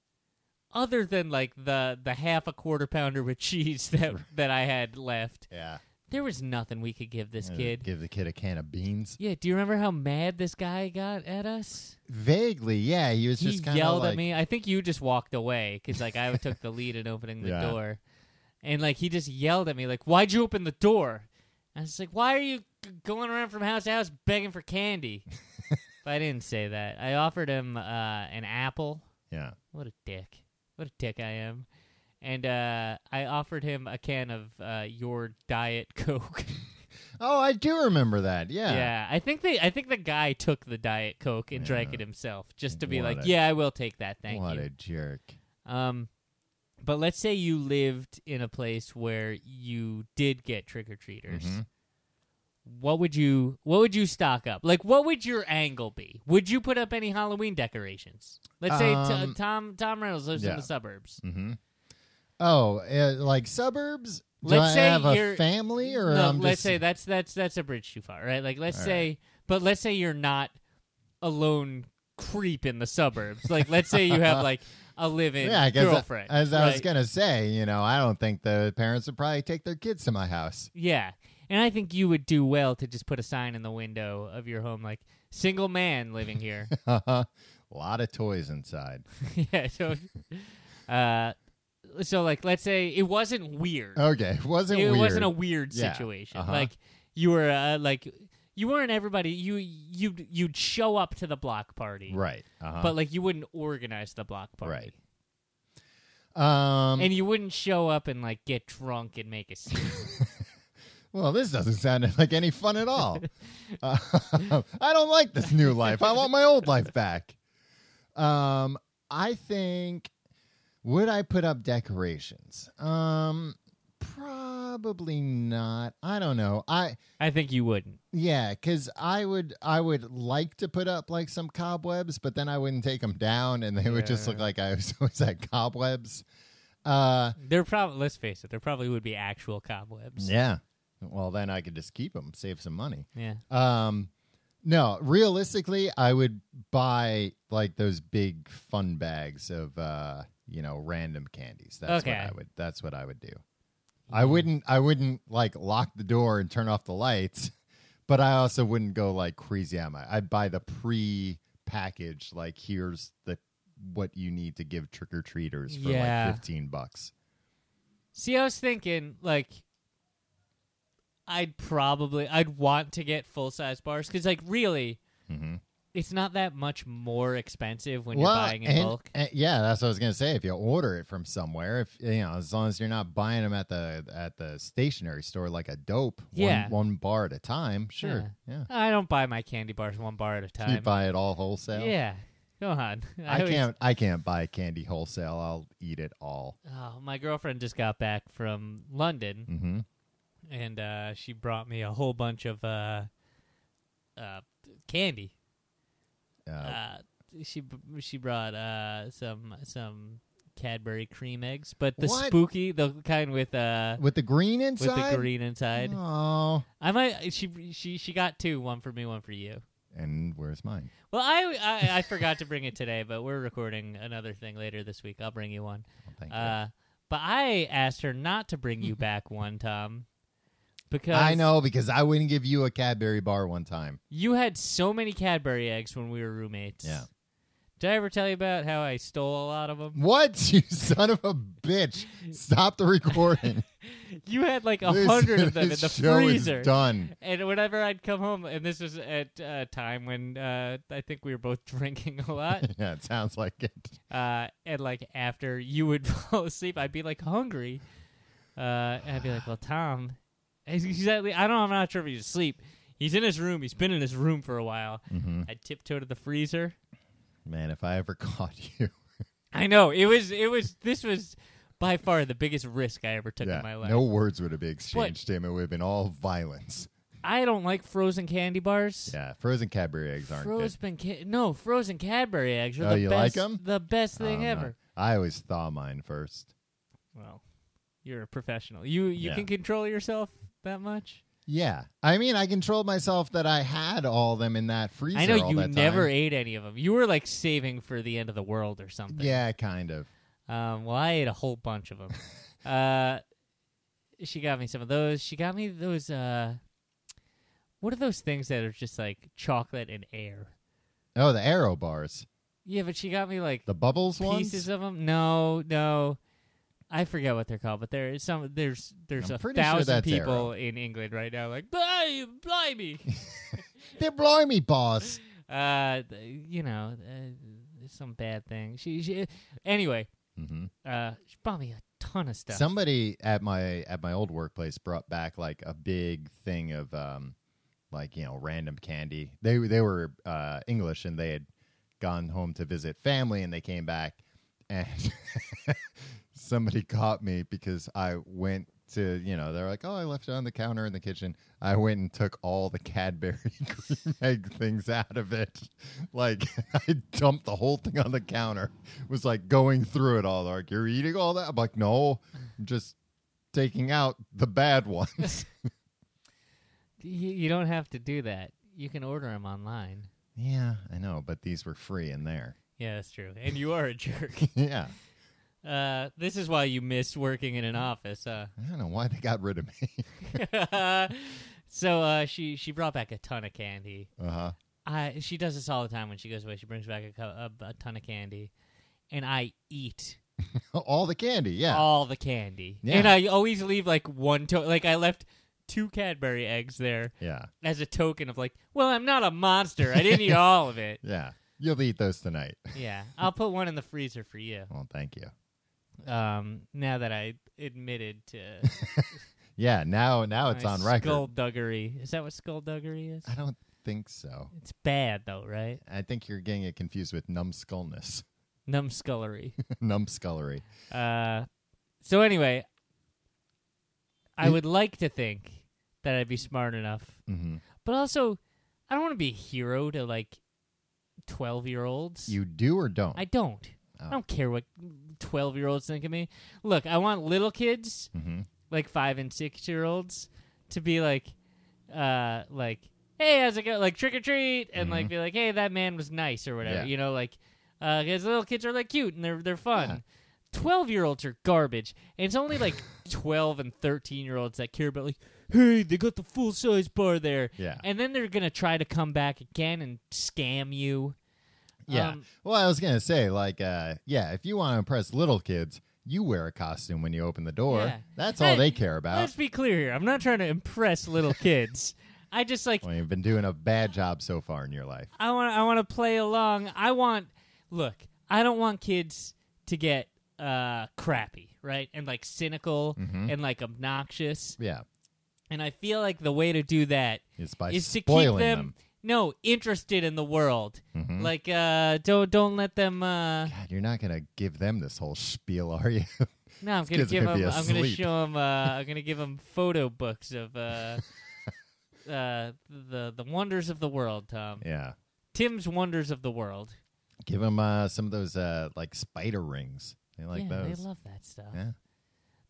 [SPEAKER 2] other than like the, the half a quarter pounder with cheese that, that I had left,
[SPEAKER 1] Yeah.
[SPEAKER 2] there was nothing we could give this
[SPEAKER 1] Uh,
[SPEAKER 2] kid.
[SPEAKER 1] Give the kid a can of beans.
[SPEAKER 2] yeah, do you remember how mad this guy got at us?
[SPEAKER 1] Vaguely, yeah. He was just
[SPEAKER 2] he
[SPEAKER 1] kind of
[SPEAKER 2] yelled
[SPEAKER 1] like,
[SPEAKER 2] at me. I think you just walked away because like I took the lead in opening the
[SPEAKER 1] Yeah.
[SPEAKER 2] door, and like he just yelled at me like, "Why'd you open the door?" I was like, "Why are you g- going around from house to house begging for candy?" but I didn't say that. I offered him uh, an apple.
[SPEAKER 1] yeah,
[SPEAKER 2] What a dick! What a dick I am. And uh, I offered him a can of uh, your diet coke.
[SPEAKER 1] Oh, I do remember that. Yeah.
[SPEAKER 2] yeah, I think they. I think the guy took the diet coke and drank
[SPEAKER 1] Yeah.
[SPEAKER 2] it himself, just to be
[SPEAKER 1] What
[SPEAKER 2] like,
[SPEAKER 1] a-
[SPEAKER 2] "Yeah, I will take that. Thank
[SPEAKER 1] what
[SPEAKER 2] you."
[SPEAKER 1] a jerk.
[SPEAKER 2] Um, but let's say you lived in a place where you did get trick or treaters.
[SPEAKER 1] Mhm.
[SPEAKER 2] What would you What would you stock up? Like, what would your angle be? Would you put up any Halloween decorations? Let's say
[SPEAKER 1] Um,
[SPEAKER 2] t- Tom Tom Reynolds lives in
[SPEAKER 1] yeah.
[SPEAKER 2] the suburbs.
[SPEAKER 1] Mm-hmm. Oh, uh, like suburbs? do
[SPEAKER 2] Let's
[SPEAKER 1] I
[SPEAKER 2] say
[SPEAKER 1] have a
[SPEAKER 2] you're-
[SPEAKER 1] family, or
[SPEAKER 2] no,
[SPEAKER 1] I'm
[SPEAKER 2] let's
[SPEAKER 1] just-
[SPEAKER 2] say that's that's that's a bridge too far, right? Like, let's
[SPEAKER 1] All
[SPEAKER 2] say, but let's say you're not alone creep in the suburbs. like, let's say you have like a live-in
[SPEAKER 1] yeah, I guess I-
[SPEAKER 2] girlfriend.
[SPEAKER 1] as I was
[SPEAKER 2] right?
[SPEAKER 1] gonna say, you know, I don't think the parents would probably take their kids to my house.
[SPEAKER 2] Yeah. And I think you would do well to just put a sign in the window of your home like single man living here.
[SPEAKER 1] a lot of toys inside.
[SPEAKER 2] yeah, so uh so like let's say it wasn't weird.
[SPEAKER 1] Okay, it wasn't
[SPEAKER 2] it
[SPEAKER 1] weird.
[SPEAKER 2] wasn't a weird
[SPEAKER 1] Yeah,
[SPEAKER 2] situation.
[SPEAKER 1] uh-huh.
[SPEAKER 2] Like you were uh, like you weren't everybody you you you'd show up to the block party.
[SPEAKER 1] right. Uh-huh.
[SPEAKER 2] But like you wouldn't organize the block party.
[SPEAKER 1] Right. um,
[SPEAKER 2] And you wouldn't show up and like get drunk and make a scene.
[SPEAKER 1] well, this doesn't sound like any fun at all. Uh, I don't like this new life. I want my old life back. Um, I think would I put up decorations? Um, probably not. I don't know. I
[SPEAKER 2] I think you wouldn't.
[SPEAKER 1] Yeah, because I would I would like to put up like some cobwebs, but then I wouldn't take them down, and they would just look
[SPEAKER 2] Yeah.
[SPEAKER 1] like I was always at cobwebs. Uh,
[SPEAKER 2] There probably let's face it, there probably would be actual cobwebs.
[SPEAKER 1] yeah. Well, then I could just keep them, save some money.
[SPEAKER 2] Yeah.
[SPEAKER 1] Um, no, realistically, I would buy like those big fun bags of uh, you know, random candies. That's
[SPEAKER 2] Okay.
[SPEAKER 1] what I would. That's what I would do. I wouldn't. I wouldn't like lock the door and turn off the lights, but I also wouldn't go like crazy on my. I'd buy the pre-packaged. Like here's the what you need to give trick or treaters for
[SPEAKER 2] Yeah.
[SPEAKER 1] like fifteen bucks.
[SPEAKER 2] See, I was thinking like I'd probably I'd want to get full size bars because like really,
[SPEAKER 1] Mhm.
[SPEAKER 2] it's not that much more expensive when you're buying in
[SPEAKER 1] and-
[SPEAKER 2] bulk.
[SPEAKER 1] and- yeah, that's what I was gonna say. If you order it from somewhere, if you know, as long as you're not buying them at the at the stationary store like a dope,
[SPEAKER 2] Yeah.
[SPEAKER 1] one, one bar at a time, sure, yeah,
[SPEAKER 2] I don't buy my candy bars one bar at a
[SPEAKER 1] you
[SPEAKER 2] time.
[SPEAKER 1] buy it all wholesale.
[SPEAKER 2] yeah, go on.
[SPEAKER 1] I,
[SPEAKER 2] always-
[SPEAKER 1] can't. I can't buy candy wholesale. I'll eat it all.
[SPEAKER 2] Oh, my girlfriend just got back from London,
[SPEAKER 1] Mm-hmm.
[SPEAKER 2] and uh, she brought me a whole bunch of uh, uh, candy.
[SPEAKER 1] Uh,
[SPEAKER 2] Uh, she b- she brought uh, some some Cadbury cream eggs, but the
[SPEAKER 1] What?
[SPEAKER 2] spooky, the kind with uh,
[SPEAKER 1] with the green
[SPEAKER 2] with
[SPEAKER 1] inside.
[SPEAKER 2] the green inside.
[SPEAKER 1] Oh,
[SPEAKER 2] I might she she she got two, one for me, one for you.
[SPEAKER 1] and where's mine?
[SPEAKER 2] Well, I, I I forgot to bring it today, but we're recording another thing later this week. I'll bring you one.
[SPEAKER 1] Thank you.
[SPEAKER 2] Uh, but I asked her not to bring you back one, Tom, because
[SPEAKER 1] I know because I wouldn't give you a Cadbury bar one time.
[SPEAKER 2] you had so many Cadbury eggs when we were roommates.
[SPEAKER 1] Yeah.
[SPEAKER 2] Did I ever tell you about how I stole a lot of them?
[SPEAKER 1] What you son of a bitch! Stop the recording.
[SPEAKER 2] You had like a
[SPEAKER 1] This-
[SPEAKER 2] hundred of them in
[SPEAKER 1] this
[SPEAKER 2] the
[SPEAKER 1] show is
[SPEAKER 2] freezer.
[SPEAKER 1] done.
[SPEAKER 2] And whenever I'd come home, and this was at a time when uh, I think we were both drinking a lot,
[SPEAKER 1] Yeah, it sounds like it.
[SPEAKER 2] uh, and like after you would fall asleep, I'd be like hungry, uh, and I'd be like, "Well, Tom, exactly. I don't. I'm not sure if he's asleep. He's in his room. He's been in his room for a while.
[SPEAKER 1] Mm-hmm.
[SPEAKER 2] I'd tiptoe to the freezer.
[SPEAKER 1] Man, if I ever caught you.
[SPEAKER 2] I know it was. It was. This was by far the biggest risk I ever took
[SPEAKER 1] Yeah,
[SPEAKER 2] in my life.
[SPEAKER 1] no words would have been exchanged, Tim. It would have been all violence.
[SPEAKER 2] I don't like frozen candy bars.
[SPEAKER 1] Yeah, frozen Cadbury eggs aren't good.
[SPEAKER 2] Frozen ca- no frozen Cadbury eggs are
[SPEAKER 1] Oh,
[SPEAKER 2] the
[SPEAKER 1] you like
[SPEAKER 2] best.
[SPEAKER 1] 'em?
[SPEAKER 2] The best thing
[SPEAKER 1] Oh, I'm not-
[SPEAKER 2] ever.
[SPEAKER 1] I always thaw mine first.
[SPEAKER 2] Well, you're a professional. You you
[SPEAKER 1] Yeah.
[SPEAKER 2] can control yourself that much.
[SPEAKER 1] Yeah, I mean, I controlled myself that I had all them in that freezer.
[SPEAKER 2] I know
[SPEAKER 1] all
[SPEAKER 2] you
[SPEAKER 1] that
[SPEAKER 2] never
[SPEAKER 1] Time.
[SPEAKER 2] ate any of them. You were like saving for the end of the world or something.
[SPEAKER 1] Yeah, kind of.
[SPEAKER 2] Um, well, I ate a whole bunch of them. uh, she got me some of those. She got me those. Uh, what are those things that are just like chocolate and air?
[SPEAKER 1] Oh, the arrow bars,
[SPEAKER 2] Yeah, but she got me like
[SPEAKER 1] the bubbles
[SPEAKER 2] pieces
[SPEAKER 1] ones.
[SPEAKER 2] of them. No, no. I forget what they're called, but there is some there's there's
[SPEAKER 1] I'm
[SPEAKER 2] a
[SPEAKER 1] pretty sure
[SPEAKER 2] thousand
[SPEAKER 1] that's Arrow.
[SPEAKER 2] people in England right now like blimey, blimey.
[SPEAKER 1] They're blowing me, boss.
[SPEAKER 2] uh, th- you know, uh, some bad thing. She, she anyway,
[SPEAKER 1] hmm
[SPEAKER 2] uh, she bought me a ton of stuff.
[SPEAKER 1] Somebody at my at my old workplace brought back like a big thing of um like you know random candy. They they were uh English and they had gone home to visit family and they came back and somebody caught me because I went to you know they're like oh I left it on the counter in the kitchen. I went and took all the Cadbury cream egg things out of it. Like I dumped the whole thing on the counter. Was like going through it all. They're Like you're eating all that. I'm like no, I'm just taking out the bad ones.
[SPEAKER 2] you, you don't have to do that. You can order them online.
[SPEAKER 1] yeah, I know, but these were free in there.
[SPEAKER 2] Yeah, that's true. And you are a jerk.
[SPEAKER 1] yeah,
[SPEAKER 2] Uh, this is why you miss working in an office. Uh.
[SPEAKER 1] I don't know why they got rid of me.
[SPEAKER 2] so uh, she she brought back a ton of candy.
[SPEAKER 1] Uh huh.
[SPEAKER 2] I she does this all the time when she goes away. She brings back a, cu- a, a ton of candy, and I eat
[SPEAKER 1] All the candy. Yeah.
[SPEAKER 2] all the candy.
[SPEAKER 1] Yeah.
[SPEAKER 2] And I always leave like one to like I left two Cadbury eggs there
[SPEAKER 1] yeah.
[SPEAKER 2] as a token of like, well, I'm not a monster. I didn't eat all of it.
[SPEAKER 1] Yeah. You'll eat those tonight.
[SPEAKER 2] Yeah. I'll put one in the freezer for you.
[SPEAKER 1] Well, thank you.
[SPEAKER 2] Um now that I admitted to
[SPEAKER 1] Yeah. Now, now it's
[SPEAKER 2] my
[SPEAKER 1] on record.
[SPEAKER 2] skullduggery. Is that what skullduggery is?
[SPEAKER 1] I don't think so.
[SPEAKER 2] It's bad though, right?
[SPEAKER 1] I think you're getting it confused with numbskullness,
[SPEAKER 2] Numbskullery.
[SPEAKER 1] numbskullery.
[SPEAKER 2] uh so anyway, I
[SPEAKER 1] It-
[SPEAKER 2] would like to think that I'd be smart enough
[SPEAKER 1] hmm
[SPEAKER 2] But also, I don't want to be a hero to like twelve year olds.
[SPEAKER 1] You do or don't?
[SPEAKER 2] I don't.
[SPEAKER 1] Oh.
[SPEAKER 2] I don't care what twelve year olds think of me. Look, I want little kids,
[SPEAKER 1] hmm
[SPEAKER 2] like five and six year olds, to be like, uh, like, hey, how's it go? Like trick or treat, and like be like, hey, that man was nice or whatever.
[SPEAKER 1] Mm-hmm. Yeah.
[SPEAKER 2] You know, like, because little kids are like cute and they're they're fun. Twelve year olds are garbage, and it's only like twelve and thirteen year olds that care about like, hey, they got the full size bar there.
[SPEAKER 1] Yeah.
[SPEAKER 2] And then they're gonna try to come back again and scam you.
[SPEAKER 1] yeah.
[SPEAKER 2] um,
[SPEAKER 1] well, I was gonna say, like, uh, yeah, if you want to impress little kids, you wear a costume when you open the door.
[SPEAKER 2] Yeah.
[SPEAKER 1] That's all
[SPEAKER 2] Hey,
[SPEAKER 1] they care about.
[SPEAKER 2] Let's be clear here. I'm not trying to impress little kids. I just like
[SPEAKER 1] Well, you've been doing a bad job so far in your life.
[SPEAKER 2] I want I want to play along. I want look. I don't want kids to get uh crappy, right? And like cynical
[SPEAKER 1] Mm-hmm.
[SPEAKER 2] and like obnoxious.
[SPEAKER 1] Yeah,
[SPEAKER 2] And I feel like the way to do that
[SPEAKER 1] it's by
[SPEAKER 2] is to keep
[SPEAKER 1] spoiling Mm-hmm.
[SPEAKER 2] them, no interested in the world. Like uh don't don't let them uh
[SPEAKER 1] God, you're not gonna give them this whole spiel, are you?
[SPEAKER 2] No, I'm
[SPEAKER 1] These
[SPEAKER 2] gonna
[SPEAKER 1] kids are
[SPEAKER 2] give
[SPEAKER 1] gonna
[SPEAKER 2] him.
[SPEAKER 1] be
[SPEAKER 2] I'm gonna
[SPEAKER 1] asleep.
[SPEAKER 2] show him. Uh, I'm gonna give him photo books of uh, uh, the the wonders of the world. Tom
[SPEAKER 1] Yeah.
[SPEAKER 2] Tim's wonders of the world.
[SPEAKER 1] Give them uh, some of those uh, like spider rings. They like
[SPEAKER 2] yeah,
[SPEAKER 1] those.
[SPEAKER 2] they love that stuff.
[SPEAKER 1] yeah.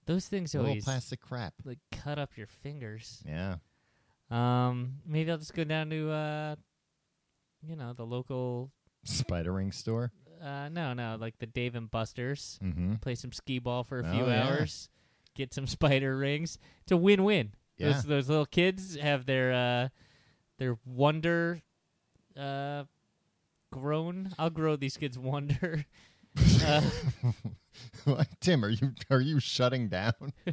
[SPEAKER 2] Those things
[SPEAKER 1] Little
[SPEAKER 2] always
[SPEAKER 1] plastic crap.
[SPEAKER 2] like cut up your fingers.
[SPEAKER 1] Yeah.
[SPEAKER 2] Um, maybe I'll just go down to uh, you know, the local.
[SPEAKER 1] Spider ring store.
[SPEAKER 2] Uh, no, no, like the Dave and Buster's.
[SPEAKER 1] Mm-hmm.
[SPEAKER 2] Play some skee ball for a
[SPEAKER 1] Oh,
[SPEAKER 2] few
[SPEAKER 1] yeah.
[SPEAKER 2] hours. Get some spider rings. It's a win-win.
[SPEAKER 1] Yeah.
[SPEAKER 2] Those those little kids have their uh, their wonder uh, grown. I'll grow these kids wonder. uh,
[SPEAKER 1] Tim, are you are you shutting down?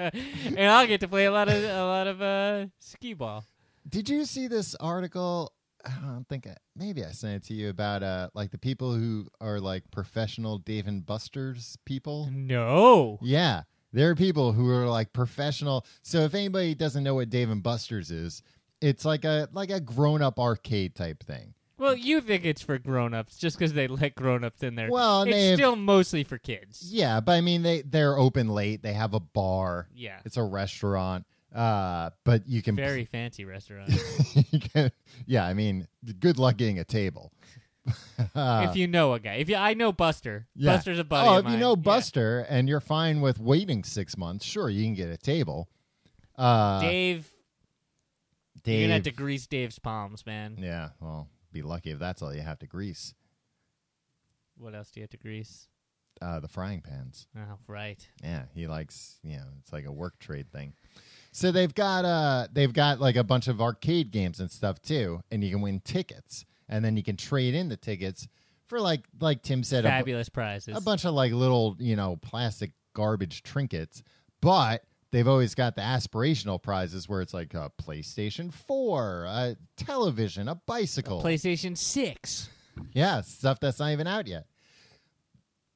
[SPEAKER 2] and I'll get to play a lot of a lot of uh, skee ball.
[SPEAKER 1] Did you see this article? I don't think I, maybe I sent it to you about uh like the people who are like professional Dave and Buster's people.
[SPEAKER 2] No.
[SPEAKER 1] Yeah. There are people who are like professional. So if anybody doesn't know what Dave and Buster's is, it's like a like a grown up arcade type thing.
[SPEAKER 2] Well, you think it's for grown-ups just because they let grown-ups in there.
[SPEAKER 1] Well,
[SPEAKER 2] it's
[SPEAKER 1] they've-
[SPEAKER 2] still mostly for kids.
[SPEAKER 1] Yeah, but I mean they they're open late. They have a bar.
[SPEAKER 2] Yeah.
[SPEAKER 1] It's a restaurant. Uh, but you can
[SPEAKER 2] Very fancy restaurant.
[SPEAKER 1] you can- yeah, I mean, good luck getting a table. Uh,
[SPEAKER 2] if you know a guy, if you, I know Buster,
[SPEAKER 1] yeah.
[SPEAKER 2] Buster's a buddy.
[SPEAKER 1] Oh, if
[SPEAKER 2] of
[SPEAKER 1] you
[SPEAKER 2] mine.
[SPEAKER 1] know
[SPEAKER 2] Yeah.
[SPEAKER 1] Buster and you're fine with waiting six months, sure, you can get a table. Uh,
[SPEAKER 2] Dave,
[SPEAKER 1] Dave-
[SPEAKER 2] you're gonna have to grease Dave's palms, man.
[SPEAKER 1] yeah, well, be lucky if that's all you have to grease
[SPEAKER 2] What else do you have to grease?
[SPEAKER 1] uh, the frying pans.
[SPEAKER 2] Oh, right.
[SPEAKER 1] Yeah, he likes. You know, it's like a work trade thing. So they've got uh they've got like a bunch of arcade games and stuff too, and you can win tickets, and then you can trade in the tickets for like like Tim said, a, bu-
[SPEAKER 2] Fabulous prizes.
[SPEAKER 1] a bunch of like little you know plastic garbage trinkets but they've always got the aspirational prizes where it's like a playstation 4 a television a bicycle
[SPEAKER 2] PlayStation Six.
[SPEAKER 1] yeah stuff that's not even out yet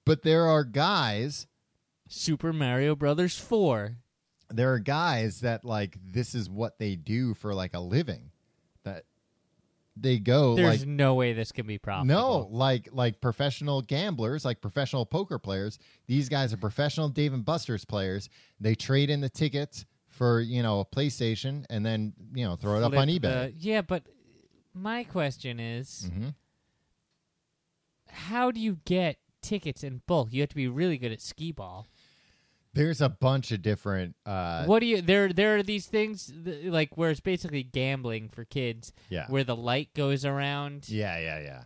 [SPEAKER 1] but there are guys
[SPEAKER 2] Super Mario Brothers 4.
[SPEAKER 1] there are guys that like this is what they do for like a living that they go
[SPEAKER 2] There's
[SPEAKER 1] like
[SPEAKER 2] no way this can be
[SPEAKER 1] No,
[SPEAKER 2] profitable.
[SPEAKER 1] like like professional gamblers, like professional poker players. These guys are professional Dave and Buster's players. They trade in the tickets for you know a PlayStation and then you know throw it up on eBay.
[SPEAKER 2] Flip the- yeah, but my question is
[SPEAKER 1] Mhm. Mm-hmm.
[SPEAKER 2] how do you get tickets in bulk? You have to be really good at skee ball.
[SPEAKER 1] There's a bunch of different. Uh,
[SPEAKER 2] what do you there there are these things th- like where it's basically gambling for kids
[SPEAKER 1] Yeah.
[SPEAKER 2] where the light goes around.
[SPEAKER 1] Yeah, yeah, yeah.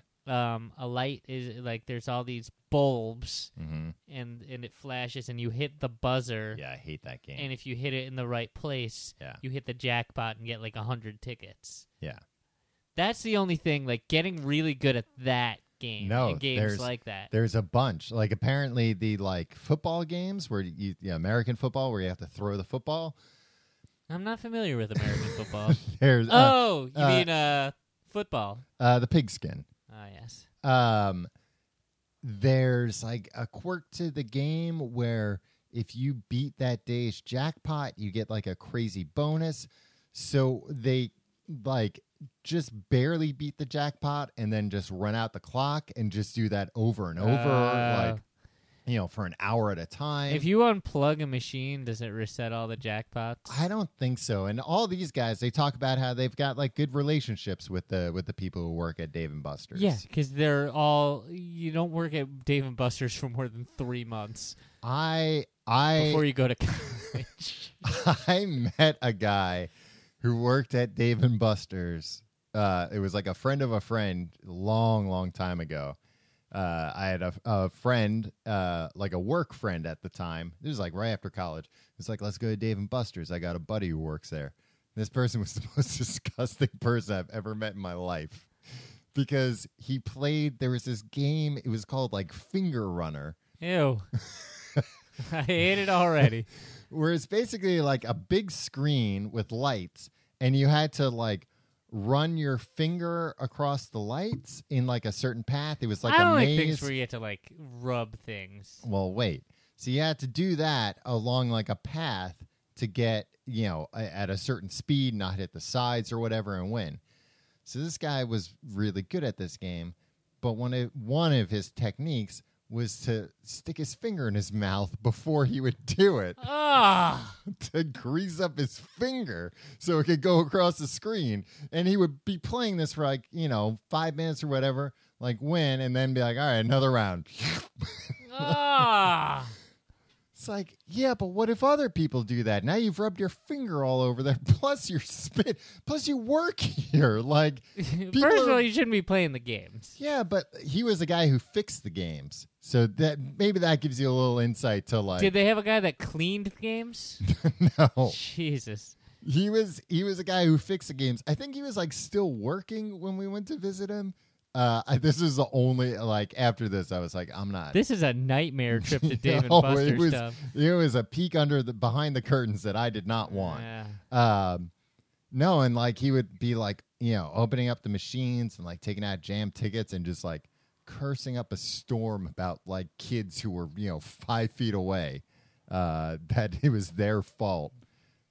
[SPEAKER 2] Um a light is like there's all these bulbs
[SPEAKER 1] hmm
[SPEAKER 2] and and it flashes and you hit the buzzer
[SPEAKER 1] Yeah, I hate that game.
[SPEAKER 2] and if you hit it in the right place,
[SPEAKER 1] Yeah.
[SPEAKER 2] you hit the jackpot and get like a hundred tickets.
[SPEAKER 1] yeah,
[SPEAKER 2] That's the only thing, like getting really good at that game.
[SPEAKER 1] No,
[SPEAKER 2] and games
[SPEAKER 1] there's-
[SPEAKER 2] like that.
[SPEAKER 1] there's a bunch. Like apparently the like football games where you yeah, American football where you have to throw the football.
[SPEAKER 2] I'm not familiar with American football.
[SPEAKER 1] There's uh,
[SPEAKER 2] oh, you
[SPEAKER 1] uh,
[SPEAKER 2] mean uh football?
[SPEAKER 1] uh, the pigskin.
[SPEAKER 2] Ah, yes.
[SPEAKER 1] um there's like a quirk to the game where if you beat that day's jackpot you get like a crazy bonus so they like just barely beat the jackpot and then just run out the clock and just do that over and over
[SPEAKER 2] Uh,
[SPEAKER 1] like you know for an hour at a time
[SPEAKER 2] If you unplug a machine, does it reset all the jackpots?
[SPEAKER 1] I don't think so. And all these guys, they talk about how they've got like good relationships with the with the people who work at Dave and Buster's.
[SPEAKER 2] Yeah, because they're all. You don't work at Dave and Buster's for more than three months
[SPEAKER 1] I I
[SPEAKER 2] before you go to college.
[SPEAKER 1] I met a guy who worked at Dave and Buster's. Uh, it was like a friend of a friend, long, long time ago. Uh, I had a, a friend, uh, like a work friend at the time. This was like right after college. It's like, let's go to Dave and Buster's. I got a buddy who works there. This person was the most disgusting person I've ever met in my life because he played. There was this game. It was called like Finger Runner,
[SPEAKER 2] Ew. I hate it already.
[SPEAKER 1] where it's basically like a big screen with lights and you had to like run your finger across the lights in like a certain path it was like
[SPEAKER 2] I
[SPEAKER 1] a
[SPEAKER 2] don't like
[SPEAKER 1] maze
[SPEAKER 2] things where you have to like rub things.
[SPEAKER 1] well wait so you had to do that along like a path to get you know a- at a certain speed not hit the sides or whatever and win so this guy was really good at this game but one of one of his techniques was to stick his finger in his mouth before he would do it
[SPEAKER 2] Ah,
[SPEAKER 1] to grease up his finger so it could go across the screen. And he would be playing this for like, you know, five minutes or whatever, like win, and then be like, all right, another round.
[SPEAKER 2] ah.
[SPEAKER 1] It's like, yeah, but what if other people do that? Now you've rubbed your finger all over there, plus you're spit, plus you work here. Like, people
[SPEAKER 2] First of
[SPEAKER 1] are-
[SPEAKER 2] all, you shouldn't be playing the games.
[SPEAKER 1] yeah, but he was the guy who fixed the games. So that maybe that gives you a little insight to like
[SPEAKER 2] Did they have a guy that cleaned the games?
[SPEAKER 1] no.
[SPEAKER 2] Jesus.
[SPEAKER 1] He was he was a guy who fixed the games. I think he was like still working when we went to visit him. Uh, I, this is the only like after this I was like I'm not.
[SPEAKER 2] This is a nightmare trip to Dave
[SPEAKER 1] No,
[SPEAKER 2] and Buster
[SPEAKER 1] it was
[SPEAKER 2] stuff.
[SPEAKER 1] it was a peek under the behind the curtains that I did not want.
[SPEAKER 2] Yeah.
[SPEAKER 1] Um, no, and like he would be like, you know, opening up the machines and like taking out jam tickets and just like cursing up a storm about like kids who were, you know, five feet away, uh, that it was their fault.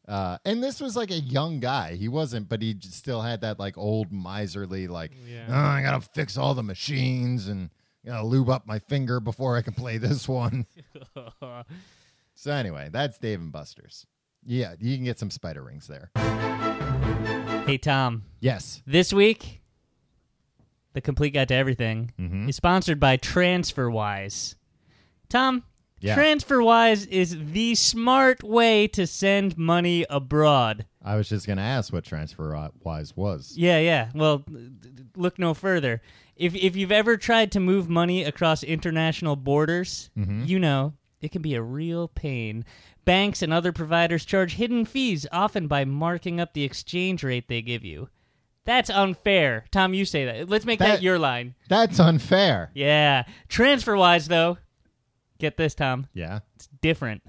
[SPEAKER 1] Uh, and this was like a young guy. He wasn't, but he j- still had that like old miserly, like,
[SPEAKER 2] Yeah.
[SPEAKER 1] "Oh, I gotta fix all the machines and gotta lube up my finger before I can play this one. so, anyway, that's Dave and Buster's. Yeah, you can get some spider rings there.
[SPEAKER 2] hey, Tom.
[SPEAKER 1] Yes.
[SPEAKER 2] This week, the complete guide to everything
[SPEAKER 1] Mm-hmm.
[SPEAKER 2] is sponsored by TransferWise. Tom,
[SPEAKER 1] Yeah.
[SPEAKER 2] TransferWise is the smart way to send money abroad.
[SPEAKER 1] I was just going to ask what TransferWise was.
[SPEAKER 2] Yeah, yeah. Well, th- th- look no further. If if you've ever tried to move money across international borders, you know it can be a real pain. Banks and other providers charge hidden fees, often by marking up the exchange rate they give you. That's unfair. Tom, you say that. Let's make that,
[SPEAKER 1] That-
[SPEAKER 2] your line.
[SPEAKER 1] That's unfair.
[SPEAKER 2] Yeah. TransferWise, though, get this, Tom.
[SPEAKER 1] Yeah.
[SPEAKER 2] It's different.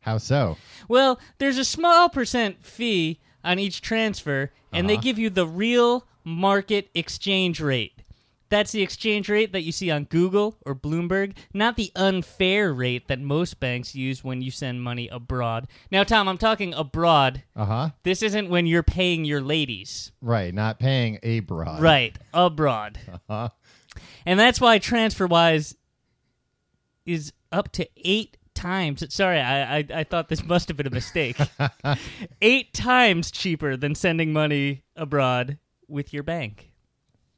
[SPEAKER 1] How so?
[SPEAKER 2] Well, there's a small percent fee on each transfer, and they give you the real market exchange rate. That's the exchange rate that you see on Google or Bloomberg, not the unfair rate that most banks use when you send money abroad. Now, Tom, I'm talking abroad.
[SPEAKER 1] Uh huh.
[SPEAKER 2] This isn't when you're paying your ladies.
[SPEAKER 1] Right. Not paying a broad.
[SPEAKER 2] Right, abroad.
[SPEAKER 1] Uh-huh.
[SPEAKER 2] And that's why TransferWise is up to eight times. Sorry, I, I, I thought this must have been a mistake. eight times cheaper than sending money abroad with your bank.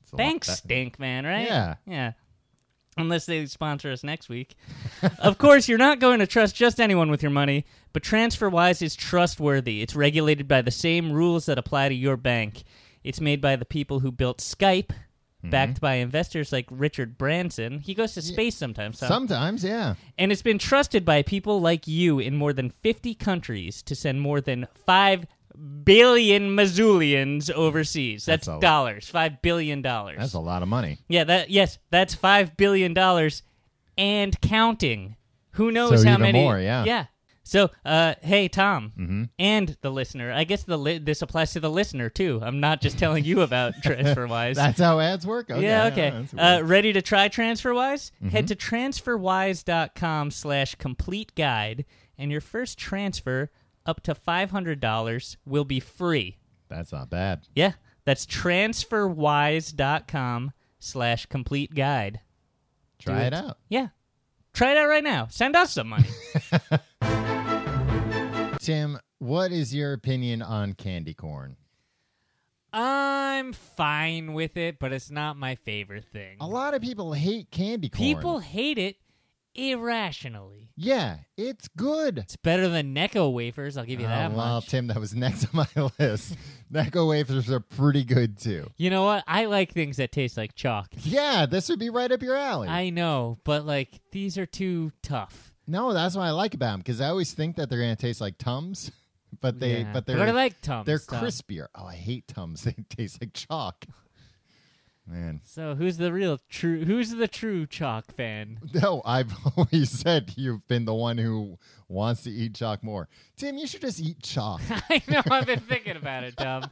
[SPEAKER 1] It's a lot
[SPEAKER 2] Banks
[SPEAKER 1] be-
[SPEAKER 2] stink, man, right?
[SPEAKER 1] Yeah.
[SPEAKER 2] Yeah. Unless they sponsor us next week. of course, you're not going to trust just anyone with your money, but TransferWise is trustworthy. It's regulated by the same rules that apply to your bank. It's made by the people who built Skype,
[SPEAKER 1] Mm-hmm.
[SPEAKER 2] backed by investors like Richard Branson. He goes to space sometimes. Tom.
[SPEAKER 1] Sometimes, yeah.
[SPEAKER 2] and it's been trusted by people like you in more than 50 countries to send more than 5 billion Missoulians overseas. That's,
[SPEAKER 1] That's a-
[SPEAKER 2] dollars, 5 billion dollars.
[SPEAKER 1] That's a lot of money.
[SPEAKER 2] Yeah, that yes, that's five billion dollars and counting. Who knows
[SPEAKER 1] So
[SPEAKER 2] how
[SPEAKER 1] even
[SPEAKER 2] many?
[SPEAKER 1] more, yeah. Mm-hmm.
[SPEAKER 2] Yeah. So, uh, hey Tom, and the listener. I guess the li- this applies to the listener too. I'm not just telling you about TransferWise.
[SPEAKER 1] That's how ads work. Okay.
[SPEAKER 2] yeah, okay.
[SPEAKER 1] that's
[SPEAKER 2] uh,
[SPEAKER 1] weird. Mm-hmm.
[SPEAKER 2] ready to try TransferWise? Head to transferwise.com slash complete guide, and your first transfer up to $500 will be free.
[SPEAKER 1] that's not bad.
[SPEAKER 2] Yeah, that's transferwise.com slash complete guide.
[SPEAKER 1] Try it out.
[SPEAKER 2] Yeah. Try it out right now. Send us some money.
[SPEAKER 1] Tim, what is your opinion on candy corn?
[SPEAKER 2] I'm fine with it, but it's not my favorite thing.
[SPEAKER 1] A lot of people hate candy corn.
[SPEAKER 2] People hate it irrationally.
[SPEAKER 1] Yeah, it's good.
[SPEAKER 2] It's better than Necco wafers, I'll give you that
[SPEAKER 1] oh, well,
[SPEAKER 2] much.
[SPEAKER 1] Tim, that was next on my list. Necco wafers are pretty good too.
[SPEAKER 2] you know what? I like things that taste like chalk.
[SPEAKER 1] Yeah, this would be right up your alley.
[SPEAKER 2] I know, but like these are too tough.
[SPEAKER 1] No, that's what I like about them because I always think that they're gonna taste like Tums, but they
[SPEAKER 2] Yeah.
[SPEAKER 1] but they're
[SPEAKER 2] I like Tums.
[SPEAKER 1] they're
[SPEAKER 2] Tom.
[SPEAKER 1] crispier. Oh, I hate Tums. They taste like chalk. Man,
[SPEAKER 2] So who's the real true who's the true chalk fan?
[SPEAKER 1] no, I've always said you've been the one who wants to eat chalk more. Tim, you should just eat chalk.
[SPEAKER 2] I know I've been thinking about it, Tom.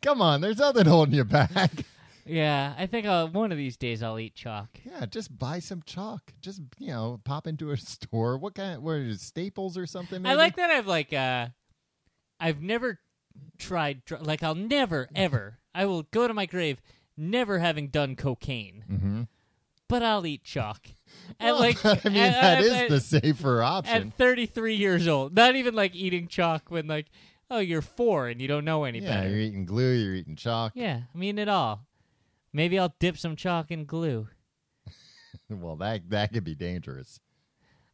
[SPEAKER 1] Come on, there's nothing holding you back.
[SPEAKER 2] Yeah, I think I'll, one of these days I'll eat chalk.
[SPEAKER 1] Yeah, just buy some chalk. Just you know, pop into a store. What kind? What is it, Staples or something?
[SPEAKER 2] I
[SPEAKER 1] maybe?
[SPEAKER 2] like that I've like uh I've never tried dr- like I'll
[SPEAKER 1] Mm-hmm.
[SPEAKER 2] never ever I will go to my grave never having done cocaine. but I'll eat chalk.
[SPEAKER 1] Mm-hmm.
[SPEAKER 2] At
[SPEAKER 1] Well,
[SPEAKER 2] like,
[SPEAKER 1] I mean,
[SPEAKER 2] at,
[SPEAKER 1] that
[SPEAKER 2] at-
[SPEAKER 1] is
[SPEAKER 2] at-
[SPEAKER 1] the safer
[SPEAKER 2] at
[SPEAKER 1] option.
[SPEAKER 2] 33 years old. Not even like eating chalk when like, oh, you're four and you don't know any
[SPEAKER 1] Yeah,
[SPEAKER 2] better.
[SPEAKER 1] you're eating glue, you're eating chalk.
[SPEAKER 2] Yeah, I mean it all. Maybe I'll dip some chalk in glue.
[SPEAKER 1] Well, that that could be dangerous.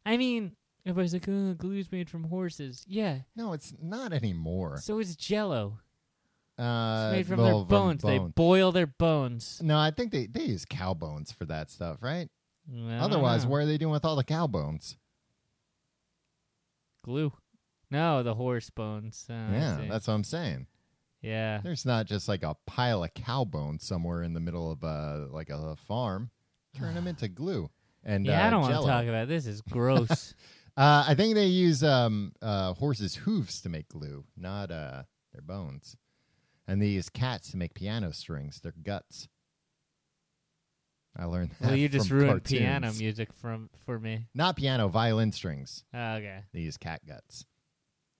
[SPEAKER 2] I mean, everybody's like, oh, glue's made from horses. Yeah,
[SPEAKER 1] No, it's not anymore.
[SPEAKER 2] so is Jello.
[SPEAKER 1] Uh,
[SPEAKER 2] It's made from
[SPEAKER 1] well,
[SPEAKER 2] their bones. They
[SPEAKER 1] bone.
[SPEAKER 2] boil their bones.
[SPEAKER 1] no, I think they, they use cow bones for that stuff, right?
[SPEAKER 2] I don't
[SPEAKER 1] Otherwise,
[SPEAKER 2] know.
[SPEAKER 1] what are they doing with all the cow bones?
[SPEAKER 2] glue. No, the horse bones. Oh, I
[SPEAKER 1] yeah,
[SPEAKER 2] see.
[SPEAKER 1] that's what I'm saying.
[SPEAKER 2] yeah.
[SPEAKER 1] There's not just like a pile of cow bones somewhere in the middle of uh, like a farm. Turn them into glue. And
[SPEAKER 2] yeah, I
[SPEAKER 1] uh,
[SPEAKER 2] don't want to
[SPEAKER 1] Jell-O.
[SPEAKER 2] talk about this. Is gross.
[SPEAKER 1] Uh, I think they use um, uh, horses' hooves to make glue, not uh, their bones. And they use cats to make piano strings, their guts. I learned that.
[SPEAKER 2] well, you just
[SPEAKER 1] from
[SPEAKER 2] ruined
[SPEAKER 1] cartoons.
[SPEAKER 2] piano music from for me.
[SPEAKER 1] Not piano, violin strings.
[SPEAKER 2] Oh, okay,
[SPEAKER 1] They use cat guts.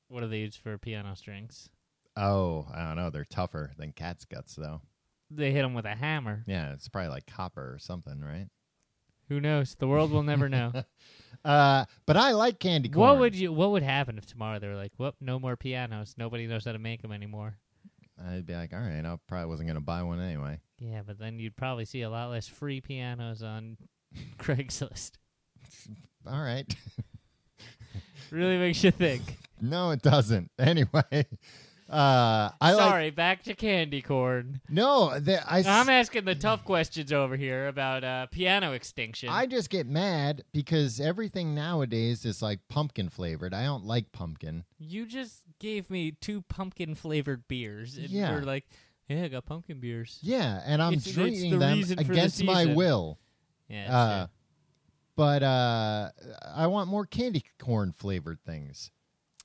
[SPEAKER 2] what do they use for piano strings?
[SPEAKER 1] Oh, I don't know. They're tougher than cat's guts, though.
[SPEAKER 2] They hit them with a hammer.
[SPEAKER 1] Yeah, it's probably like copper or something, right?
[SPEAKER 2] Who knows? The world will never know.
[SPEAKER 1] Uh, but I like candy corn.
[SPEAKER 2] What would you? What would happen if tomorrow they were like, "Whoop, no more pianos. Nobody knows how to make them anymore."
[SPEAKER 1] I'd be like, all right, I probably wasn't going to buy one anyway.
[SPEAKER 2] Yeah, but then you'd probably see a lot less free pianos on Craigslist.
[SPEAKER 1] All right.
[SPEAKER 2] Really makes you think.
[SPEAKER 1] no, it doesn't. Anyway, uh, I like
[SPEAKER 2] Sorry, back to candy corn.
[SPEAKER 1] No, the, I, s-
[SPEAKER 2] I'm asking the tough questions over here about uh, piano extinction.
[SPEAKER 1] I just get mad because everything nowadays is like pumpkin flavored. I don't like pumpkin.
[SPEAKER 2] you just gave me two pumpkin flavored beers, and
[SPEAKER 1] Yeah.
[SPEAKER 2] you're like, "Yeah, I got pumpkin beers."
[SPEAKER 1] Yeah, and I'm
[SPEAKER 2] It's- it's
[SPEAKER 1] drinking
[SPEAKER 2] the
[SPEAKER 1] them
[SPEAKER 2] reason for the
[SPEAKER 1] against my
[SPEAKER 2] season.
[SPEAKER 1] will.
[SPEAKER 2] Yeah, that's
[SPEAKER 1] Uh,
[SPEAKER 2] it.
[SPEAKER 1] but uh, I want more candy corn flavored things.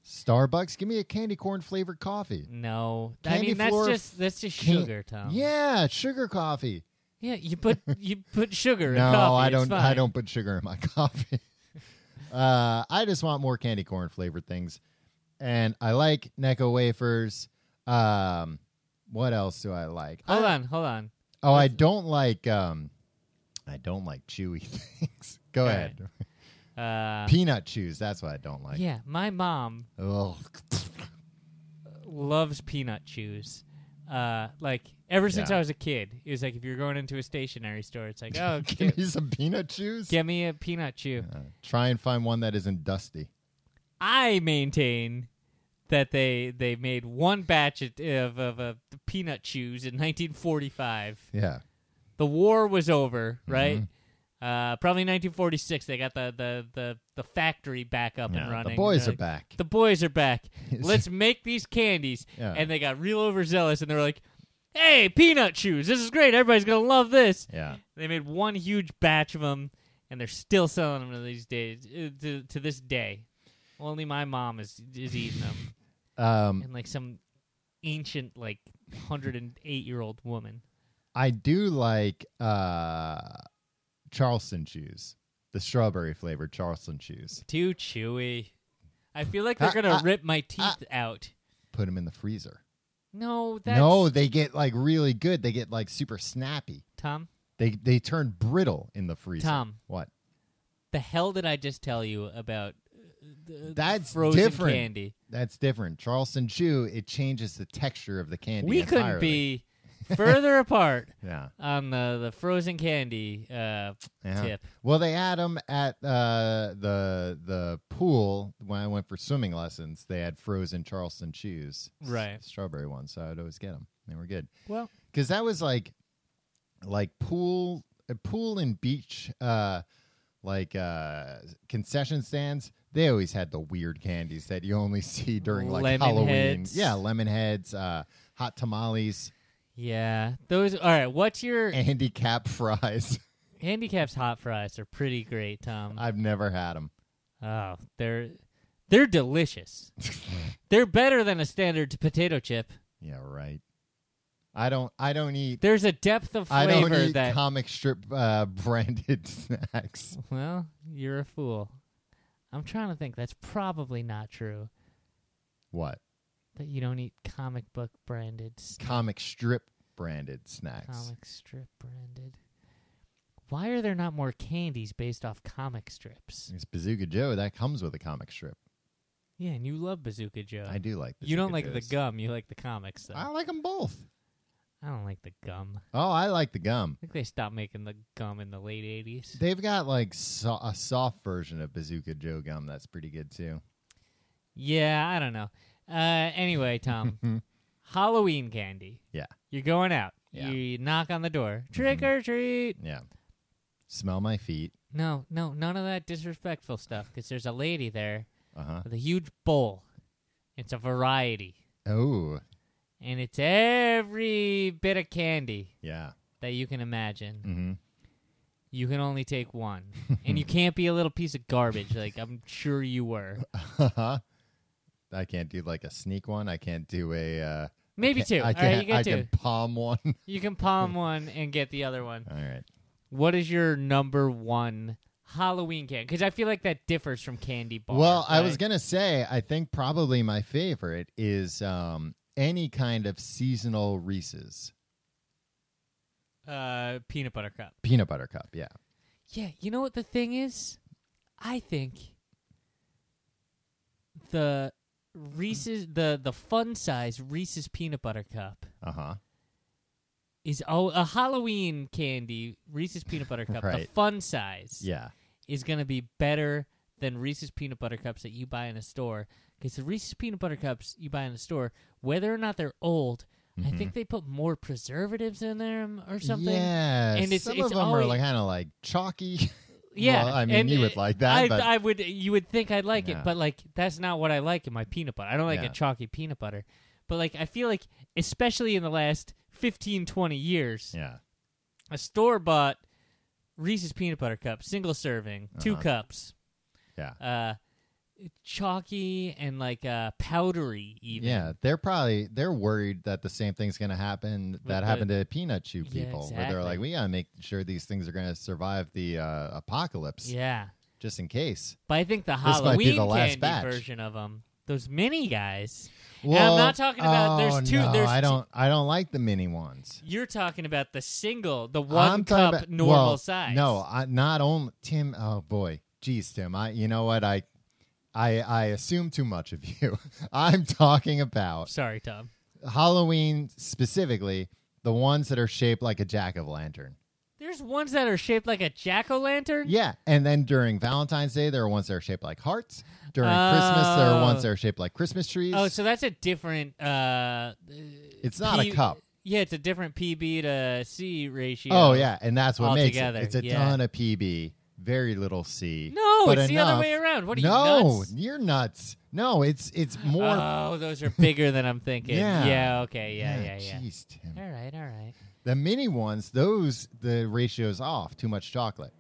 [SPEAKER 1] Starbucks, give me a candy corn flavored coffee.
[SPEAKER 2] no. I
[SPEAKER 1] candy
[SPEAKER 2] mean, that's
[SPEAKER 1] floor
[SPEAKER 2] just that's just
[SPEAKER 1] Can-
[SPEAKER 2] sugar, Tom.
[SPEAKER 1] Yeah, sugar coffee.
[SPEAKER 2] Yeah, you put you put sugar in
[SPEAKER 1] no,
[SPEAKER 2] coffee.
[SPEAKER 1] I
[SPEAKER 2] it's
[SPEAKER 1] don't. I
[SPEAKER 2] fine.
[SPEAKER 1] don't put sugar in my coffee. uh, I just want more candy corn flavored things, and I like Necco wafers. Um, what else do I like?
[SPEAKER 2] Hold
[SPEAKER 1] I,
[SPEAKER 2] on, hold on.
[SPEAKER 1] Oh, I don't like. Um, I don't like chewy things. Go
[SPEAKER 2] All
[SPEAKER 1] ahead.
[SPEAKER 2] Uh,
[SPEAKER 1] Peanut chews. That's what I don't like.
[SPEAKER 2] yeah, my mom
[SPEAKER 1] Ugh.
[SPEAKER 2] loves peanut chews. Uh, like ever since
[SPEAKER 1] Yeah.
[SPEAKER 2] I was a kid, it was like if you're going into a stationery store, it's like, oh,
[SPEAKER 1] Give
[SPEAKER 2] get,
[SPEAKER 1] me some peanut chews.
[SPEAKER 2] get me a peanut chew.
[SPEAKER 1] Uh, try and find one that isn't dusty.
[SPEAKER 2] I maintain that they they made one batch of of, of, uh, peanut chews in 1945.
[SPEAKER 1] Yeah.
[SPEAKER 2] The war was over,
[SPEAKER 1] Mm-hmm.
[SPEAKER 2] right? Uh, probably 1946. They got the the the, the factory back up
[SPEAKER 1] Yeah,
[SPEAKER 2] and running.
[SPEAKER 1] the boys are
[SPEAKER 2] They're like,
[SPEAKER 1] back.
[SPEAKER 2] the boys are back. Let's make these candies.
[SPEAKER 1] Yeah.
[SPEAKER 2] And they got real overzealous and they were like, hey, peanut chews. This is great. Everybody's going to love this.
[SPEAKER 1] yeah.
[SPEAKER 2] They made one huge batch of them and they're still selling them to these days, uh, to, to this day. Only my mom is, is eating them.
[SPEAKER 1] Um,
[SPEAKER 2] and like some ancient, like 108 year old woman.
[SPEAKER 1] I do like uh Charleston shoes. The strawberry flavored Charleston shoes.
[SPEAKER 2] Too chewy. I feel like they're
[SPEAKER 1] Ah,
[SPEAKER 2] going to
[SPEAKER 1] ah,
[SPEAKER 2] rip my teeth out.
[SPEAKER 1] Put them in the freezer.
[SPEAKER 2] No, that's.
[SPEAKER 1] No, they get like really good. They get like super snappy.
[SPEAKER 2] Tom?
[SPEAKER 1] They they turn brittle in the freezer.
[SPEAKER 2] Tom.
[SPEAKER 1] What?
[SPEAKER 2] the hell did I just tell you about uh, the
[SPEAKER 1] That's
[SPEAKER 2] frozen
[SPEAKER 1] different.
[SPEAKER 2] candy?
[SPEAKER 1] That's different. Charleston chew, it changes the texture of the candy.
[SPEAKER 2] we couldn't
[SPEAKER 1] entirely.
[SPEAKER 2] be further apart
[SPEAKER 1] Yeah.
[SPEAKER 2] on the, the frozen candy uh,
[SPEAKER 1] yeah.
[SPEAKER 2] tip.
[SPEAKER 1] Well, they had them at uh, the the pool when I went for swimming lessons. They had frozen Charleston shoes,
[SPEAKER 2] Right.
[SPEAKER 1] Strawberry ones, so I'd always get them. They were good.
[SPEAKER 2] Well,
[SPEAKER 1] because that was like like pool uh, pool and beach uh like uh concession stands they always had the weird candies that you only see during like
[SPEAKER 2] Lemon
[SPEAKER 1] halloween
[SPEAKER 2] heads.
[SPEAKER 1] yeah lemon heads uh hot tamales
[SPEAKER 2] yeah, those. All right, what's your
[SPEAKER 1] handicap fries
[SPEAKER 2] handicaps? Hot fries are pretty great, Tom.
[SPEAKER 1] i've never had them
[SPEAKER 2] oh, they're they're delicious. they're better than a standard potato chip.
[SPEAKER 1] yeah right i don't i don't eat
[SPEAKER 2] There's a depth of
[SPEAKER 1] i don't
[SPEAKER 2] flavor
[SPEAKER 1] eat
[SPEAKER 2] that.
[SPEAKER 1] comic strip uh branded snacks
[SPEAKER 2] well, you're a fool. I'm trying to think. That's probably not true.
[SPEAKER 1] what
[SPEAKER 2] That you don't eat comic book branded
[SPEAKER 1] comic strip branded snacks
[SPEAKER 2] comic strip branded. Why are there not more candies based off comic strips?
[SPEAKER 1] It's Bazooka Joe. That comes with a comic strip.
[SPEAKER 2] Yeah, and you love Bazooka Joe.
[SPEAKER 1] I do like. Bazooka
[SPEAKER 2] you don't like
[SPEAKER 1] Joes.
[SPEAKER 2] the gum. You like the comics, though.
[SPEAKER 1] I like them both.
[SPEAKER 2] I don't like the gum.
[SPEAKER 1] Oh, I like the gum.
[SPEAKER 2] I think they stopped making the gum in the late '80s.
[SPEAKER 1] They've got like so- a soft version of Bazooka Joe gum that's pretty good too.
[SPEAKER 2] Yeah, I don't know. Uh, anyway, Tom, Halloween candy.
[SPEAKER 1] Mhm. Yeah.
[SPEAKER 2] You're going out.
[SPEAKER 1] Yeah. Mhm.
[SPEAKER 2] You knock on the door. Trick or treat.
[SPEAKER 1] Yeah. Smell my feet.
[SPEAKER 2] No, no, none of that disrespectful stuff. Because there's a lady there
[SPEAKER 1] Uh huh.
[SPEAKER 2] with a huge bowl. It's a variety,
[SPEAKER 1] Oh,
[SPEAKER 2] and it's every bit of candy
[SPEAKER 1] yeah.
[SPEAKER 2] that you can imagine.
[SPEAKER 1] Mm-hmm.
[SPEAKER 2] You can only take one, and you can't be a little piece of garbage like I'm sure you were.
[SPEAKER 1] Uh-huh. I can't do like a sneak one. I can't do a. Uh,
[SPEAKER 2] Maybe two.
[SPEAKER 1] I
[SPEAKER 2] All right, you
[SPEAKER 1] can't.
[SPEAKER 2] get
[SPEAKER 1] I
[SPEAKER 2] two.
[SPEAKER 1] can palm one. All
[SPEAKER 2] You can
[SPEAKER 1] Hmm.
[SPEAKER 2] palm one and get the other one.
[SPEAKER 1] right.
[SPEAKER 2] What is your number one Halloween candy? Because I feel like that differs from candy bar.
[SPEAKER 1] Well, I was
[SPEAKER 2] right?
[SPEAKER 1] gonna say, I think probably my favorite is um, any kind of seasonal Reese's
[SPEAKER 2] uh, peanut butter cup.
[SPEAKER 1] peanut butter cup. Yeah,
[SPEAKER 2] Yeah, you know what the thing is? I think the Reese's the the fun size Reese's peanut butter cup
[SPEAKER 1] uh huh.
[SPEAKER 2] is oh a Halloween candy Reese's peanut butter cup the
[SPEAKER 1] Right.
[SPEAKER 2] fun size
[SPEAKER 1] Yeah,
[SPEAKER 2] is gonna be better than Reese's peanut butter cups that you buy in a store because the Reese's peanut butter cups you buy in a store whether or not they're old I think they put more preservatives in them or something
[SPEAKER 1] Mm-hmm. Yeah,
[SPEAKER 2] And it's-
[SPEAKER 1] some
[SPEAKER 2] it's
[SPEAKER 1] of them
[SPEAKER 2] always-
[SPEAKER 1] are like kind of like chalky.
[SPEAKER 2] Yeah,
[SPEAKER 1] Well, I mean,
[SPEAKER 2] and
[SPEAKER 1] you
[SPEAKER 2] it-
[SPEAKER 1] would like that,
[SPEAKER 2] I,
[SPEAKER 1] but-
[SPEAKER 2] I would. You would think I'd like
[SPEAKER 1] Yeah.
[SPEAKER 2] it, but like that's not what I like in my peanut butter. I don't like
[SPEAKER 1] Yeah.
[SPEAKER 2] a chalky peanut butter, but like I feel like, especially in the last 15, 20 years,
[SPEAKER 1] yeah,
[SPEAKER 2] a store bought Reese's peanut butter cup, single serving, two
[SPEAKER 1] Uh-huh.
[SPEAKER 2] cups,
[SPEAKER 1] yeah,
[SPEAKER 2] uh, chalky and like uh, powdery even.
[SPEAKER 1] yeah. They're probably they're worried that the same thing's gonna happen that
[SPEAKER 2] the-
[SPEAKER 1] happened to peanut chew
[SPEAKER 2] Yeah,
[SPEAKER 1] people, where they're like,
[SPEAKER 2] exactly.
[SPEAKER 1] we gotta make sure these things are gonna survive the uh, apocalypse,
[SPEAKER 2] yeah.
[SPEAKER 1] just in case.
[SPEAKER 2] But I think the
[SPEAKER 1] might be
[SPEAKER 2] Halloween
[SPEAKER 1] the last
[SPEAKER 2] candy
[SPEAKER 1] batch.
[SPEAKER 2] version of them, those mini guys. And
[SPEAKER 1] Well,
[SPEAKER 2] I'm not talking about
[SPEAKER 1] oh,
[SPEAKER 2] there's two.
[SPEAKER 1] No,
[SPEAKER 2] there's
[SPEAKER 1] I
[SPEAKER 2] two-
[SPEAKER 1] don't. I don't like the mini ones.
[SPEAKER 2] You're talking about the single, the
[SPEAKER 1] I'm
[SPEAKER 2] one
[SPEAKER 1] talking
[SPEAKER 2] cup
[SPEAKER 1] about-
[SPEAKER 2] normal
[SPEAKER 1] well,
[SPEAKER 2] size.
[SPEAKER 1] No, I, not only Tim. Oh boy, geez, Tim. I you know what I, I I assume too much of you. I'm talking about
[SPEAKER 2] sorry, Tom.
[SPEAKER 1] Halloween specifically, the ones that are shaped like a jack of lantern.
[SPEAKER 2] There's ones that are shaped like a jack o' lantern.
[SPEAKER 1] Yeah, and then during Valentine's Day, there are ones that are shaped like hearts. During Christmas, there are
[SPEAKER 2] Oh.
[SPEAKER 1] ones that are shaped like Christmas trees.
[SPEAKER 2] Oh, so that's a different. Uh,
[SPEAKER 1] it's not
[SPEAKER 2] P-
[SPEAKER 1] a cup.
[SPEAKER 2] yeah, it's a different PB to C ratio.
[SPEAKER 1] Oh yeah, and that's what
[SPEAKER 2] Altogether,
[SPEAKER 1] makes it. It's a
[SPEAKER 2] yeah.
[SPEAKER 1] ton of PB, very little C.
[SPEAKER 2] No,
[SPEAKER 1] but
[SPEAKER 2] it's the
[SPEAKER 1] enough-
[SPEAKER 2] other way around. What are you
[SPEAKER 1] no,
[SPEAKER 2] nuts?
[SPEAKER 1] you're nuts. No, it's it's more.
[SPEAKER 2] Oh, those are bigger than I'm thinking.
[SPEAKER 1] Yeah.
[SPEAKER 2] Okay. Yeah. Yeah. Yeah.
[SPEAKER 1] Jeez, Tim.
[SPEAKER 2] All right. All right.
[SPEAKER 1] The mini ones, those the ratio's off. Too much chocolate.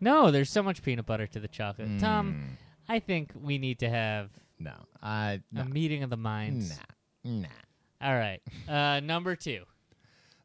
[SPEAKER 2] No, there's so much peanut butter to the chocolate.
[SPEAKER 1] Mm.
[SPEAKER 2] Tom, I think we need to have
[SPEAKER 1] No, I
[SPEAKER 2] a
[SPEAKER 1] no,
[SPEAKER 2] meeting of the minds.
[SPEAKER 1] nah, nah.
[SPEAKER 2] All right. Uh, number two.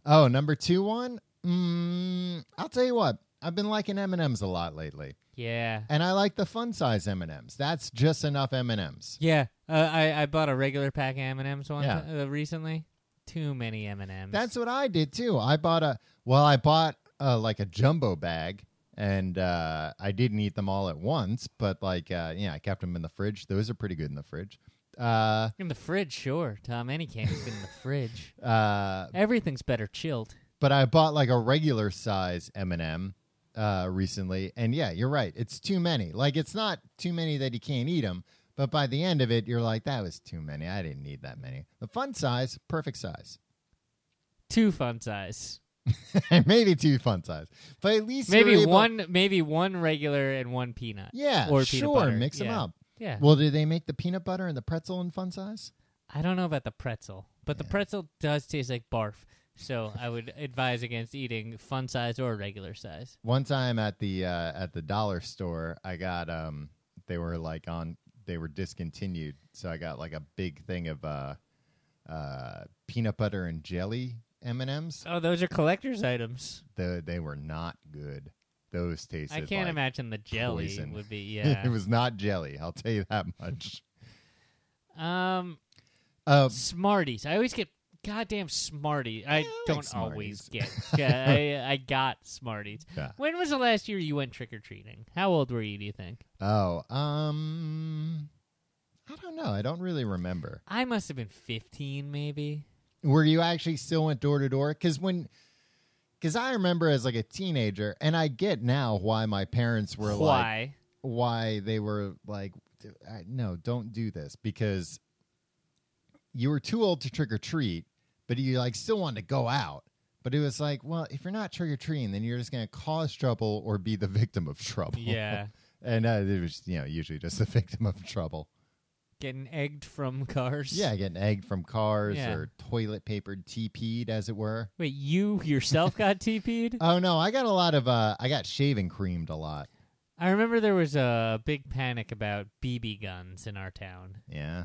[SPEAKER 1] Oh, number two one. Mm, I'll tell you what. I've been liking M and M's a lot lately,
[SPEAKER 2] Yeah.
[SPEAKER 1] and I like the fun size M and M's. That's just enough M and M's.
[SPEAKER 2] Yeah, uh, I I bought a regular pack of M and M's one
[SPEAKER 1] Yeah.
[SPEAKER 2] ti- uh, recently. Too many M and M's.
[SPEAKER 1] That's what I did too. I bought a well, I bought uh, like a jumbo bag, and uh, I didn't eat them all at once. But like, uh, yeah, I kept them in the fridge. Those are pretty good in the fridge. Uh,
[SPEAKER 2] in the fridge, sure, Tom. Any candy's good in the fridge.
[SPEAKER 1] uh,
[SPEAKER 2] Everything's better chilled.
[SPEAKER 1] but I bought like a regular size M and m uh, recently, and yeah, you're right. It's too many. Like, it's not too many that you can't eat them. But by the end of it, you're like, that was too many. I didn't need that many. The fun size, perfect size.
[SPEAKER 2] Two fun size.
[SPEAKER 1] Maybe two fun size. But at least you're
[SPEAKER 2] Maybe
[SPEAKER 1] able-
[SPEAKER 2] one. Maybe one regular and one peanut.
[SPEAKER 1] Yeah,
[SPEAKER 2] or peanut
[SPEAKER 1] sure.
[SPEAKER 2] butter.
[SPEAKER 1] Mix them
[SPEAKER 2] Yeah.
[SPEAKER 1] up.
[SPEAKER 2] Yeah.
[SPEAKER 1] Well, do they make the peanut butter and the pretzel in fun size?
[SPEAKER 2] I don't know about the pretzel, but the pretzel does taste like barf. So I would advise against eating fun size or regular size.
[SPEAKER 1] One time at the uh, at the dollar store, I got um they were like on they were discontinued, so I got like a big thing of uh uh peanut butter and jelly M and M's.
[SPEAKER 2] Oh, those are collector's items.
[SPEAKER 1] The, they were not good. Those tasted.
[SPEAKER 2] I can't
[SPEAKER 1] like-
[SPEAKER 2] imagine the jelly
[SPEAKER 1] poison.
[SPEAKER 2] would be. Yeah.
[SPEAKER 1] it was not jelly. I'll tell you that much.
[SPEAKER 2] um.
[SPEAKER 1] Uh,
[SPEAKER 2] Smarties. I always get goddamn Smarties. I
[SPEAKER 1] like
[SPEAKER 2] don't always get. Yeah, I, I got Smarties.
[SPEAKER 1] Yeah.
[SPEAKER 2] When was the last year you went trick or treating? How old were you? Do you think?
[SPEAKER 1] Oh, um, I don't know. I don't really remember.
[SPEAKER 2] I must have been fifteen, maybe.
[SPEAKER 1] Where you actually still went door to door? Because when, because I remember as like a teenager, and I get now why my parents were like,
[SPEAKER 2] Why?
[SPEAKER 1] why they were like, I- no, don't do this because you were too old to trick or treat, but you like still wanted to go out. But it was like, well, if you're not trick or treating, then you're just going to cause trouble or be the victim of trouble.
[SPEAKER 2] yeah,
[SPEAKER 1] and uh, it was, you know, usually just the victim of trouble.
[SPEAKER 2] getting egged from cars.
[SPEAKER 1] Yeah, getting egged from cars
[SPEAKER 2] Yeah.
[SPEAKER 1] or toilet papered TP'd, as it were.
[SPEAKER 2] Wait, you yourself got TP'd?
[SPEAKER 1] Oh no, I got a lot of uh I got shaving creamed a lot.
[SPEAKER 2] I remember there was a big panic about BB guns in our town,
[SPEAKER 1] Yeah.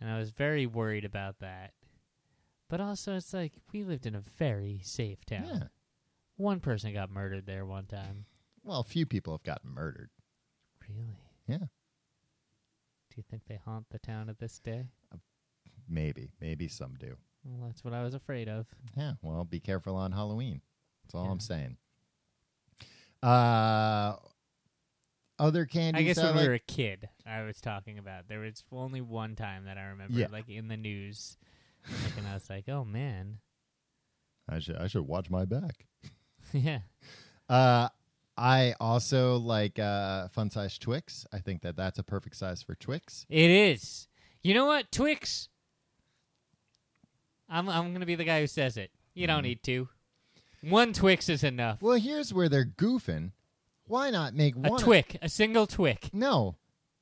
[SPEAKER 2] and I was very worried about that. But also, it's like we lived in a very safe town.
[SPEAKER 1] Yeah.
[SPEAKER 2] One person got murdered there one time.
[SPEAKER 1] Well, a few people have gotten murdered.
[SPEAKER 2] Really?
[SPEAKER 1] Yeah.
[SPEAKER 2] Do you think they haunt the town to this day?
[SPEAKER 1] Maybe. Maybe some do.
[SPEAKER 2] Well, that's what I was afraid of.
[SPEAKER 1] Yeah, well, be careful on Halloween. That's all
[SPEAKER 2] Yeah.
[SPEAKER 1] I'm saying. Uh other candies
[SPEAKER 2] I guess
[SPEAKER 1] I
[SPEAKER 2] when
[SPEAKER 1] like-
[SPEAKER 2] we were a kid, I was talking about there was only one time that I remember,
[SPEAKER 1] Yeah.
[SPEAKER 2] like in the news, like, and I was like, "Oh man,
[SPEAKER 1] I should I should watch my back.
[SPEAKER 2] yeah,
[SPEAKER 1] Uh I also like uh fun size Twix. I think that that's a perfect size for Twix.
[SPEAKER 2] it is." You know what, Twix? I'm I'm gonna be the guy who says it. You don't need two. One Twix is enough.
[SPEAKER 1] Mm-hmm. Well, here's where they're goofing. Why not make
[SPEAKER 2] A
[SPEAKER 1] one
[SPEAKER 2] Twick, a single Twick.
[SPEAKER 1] No.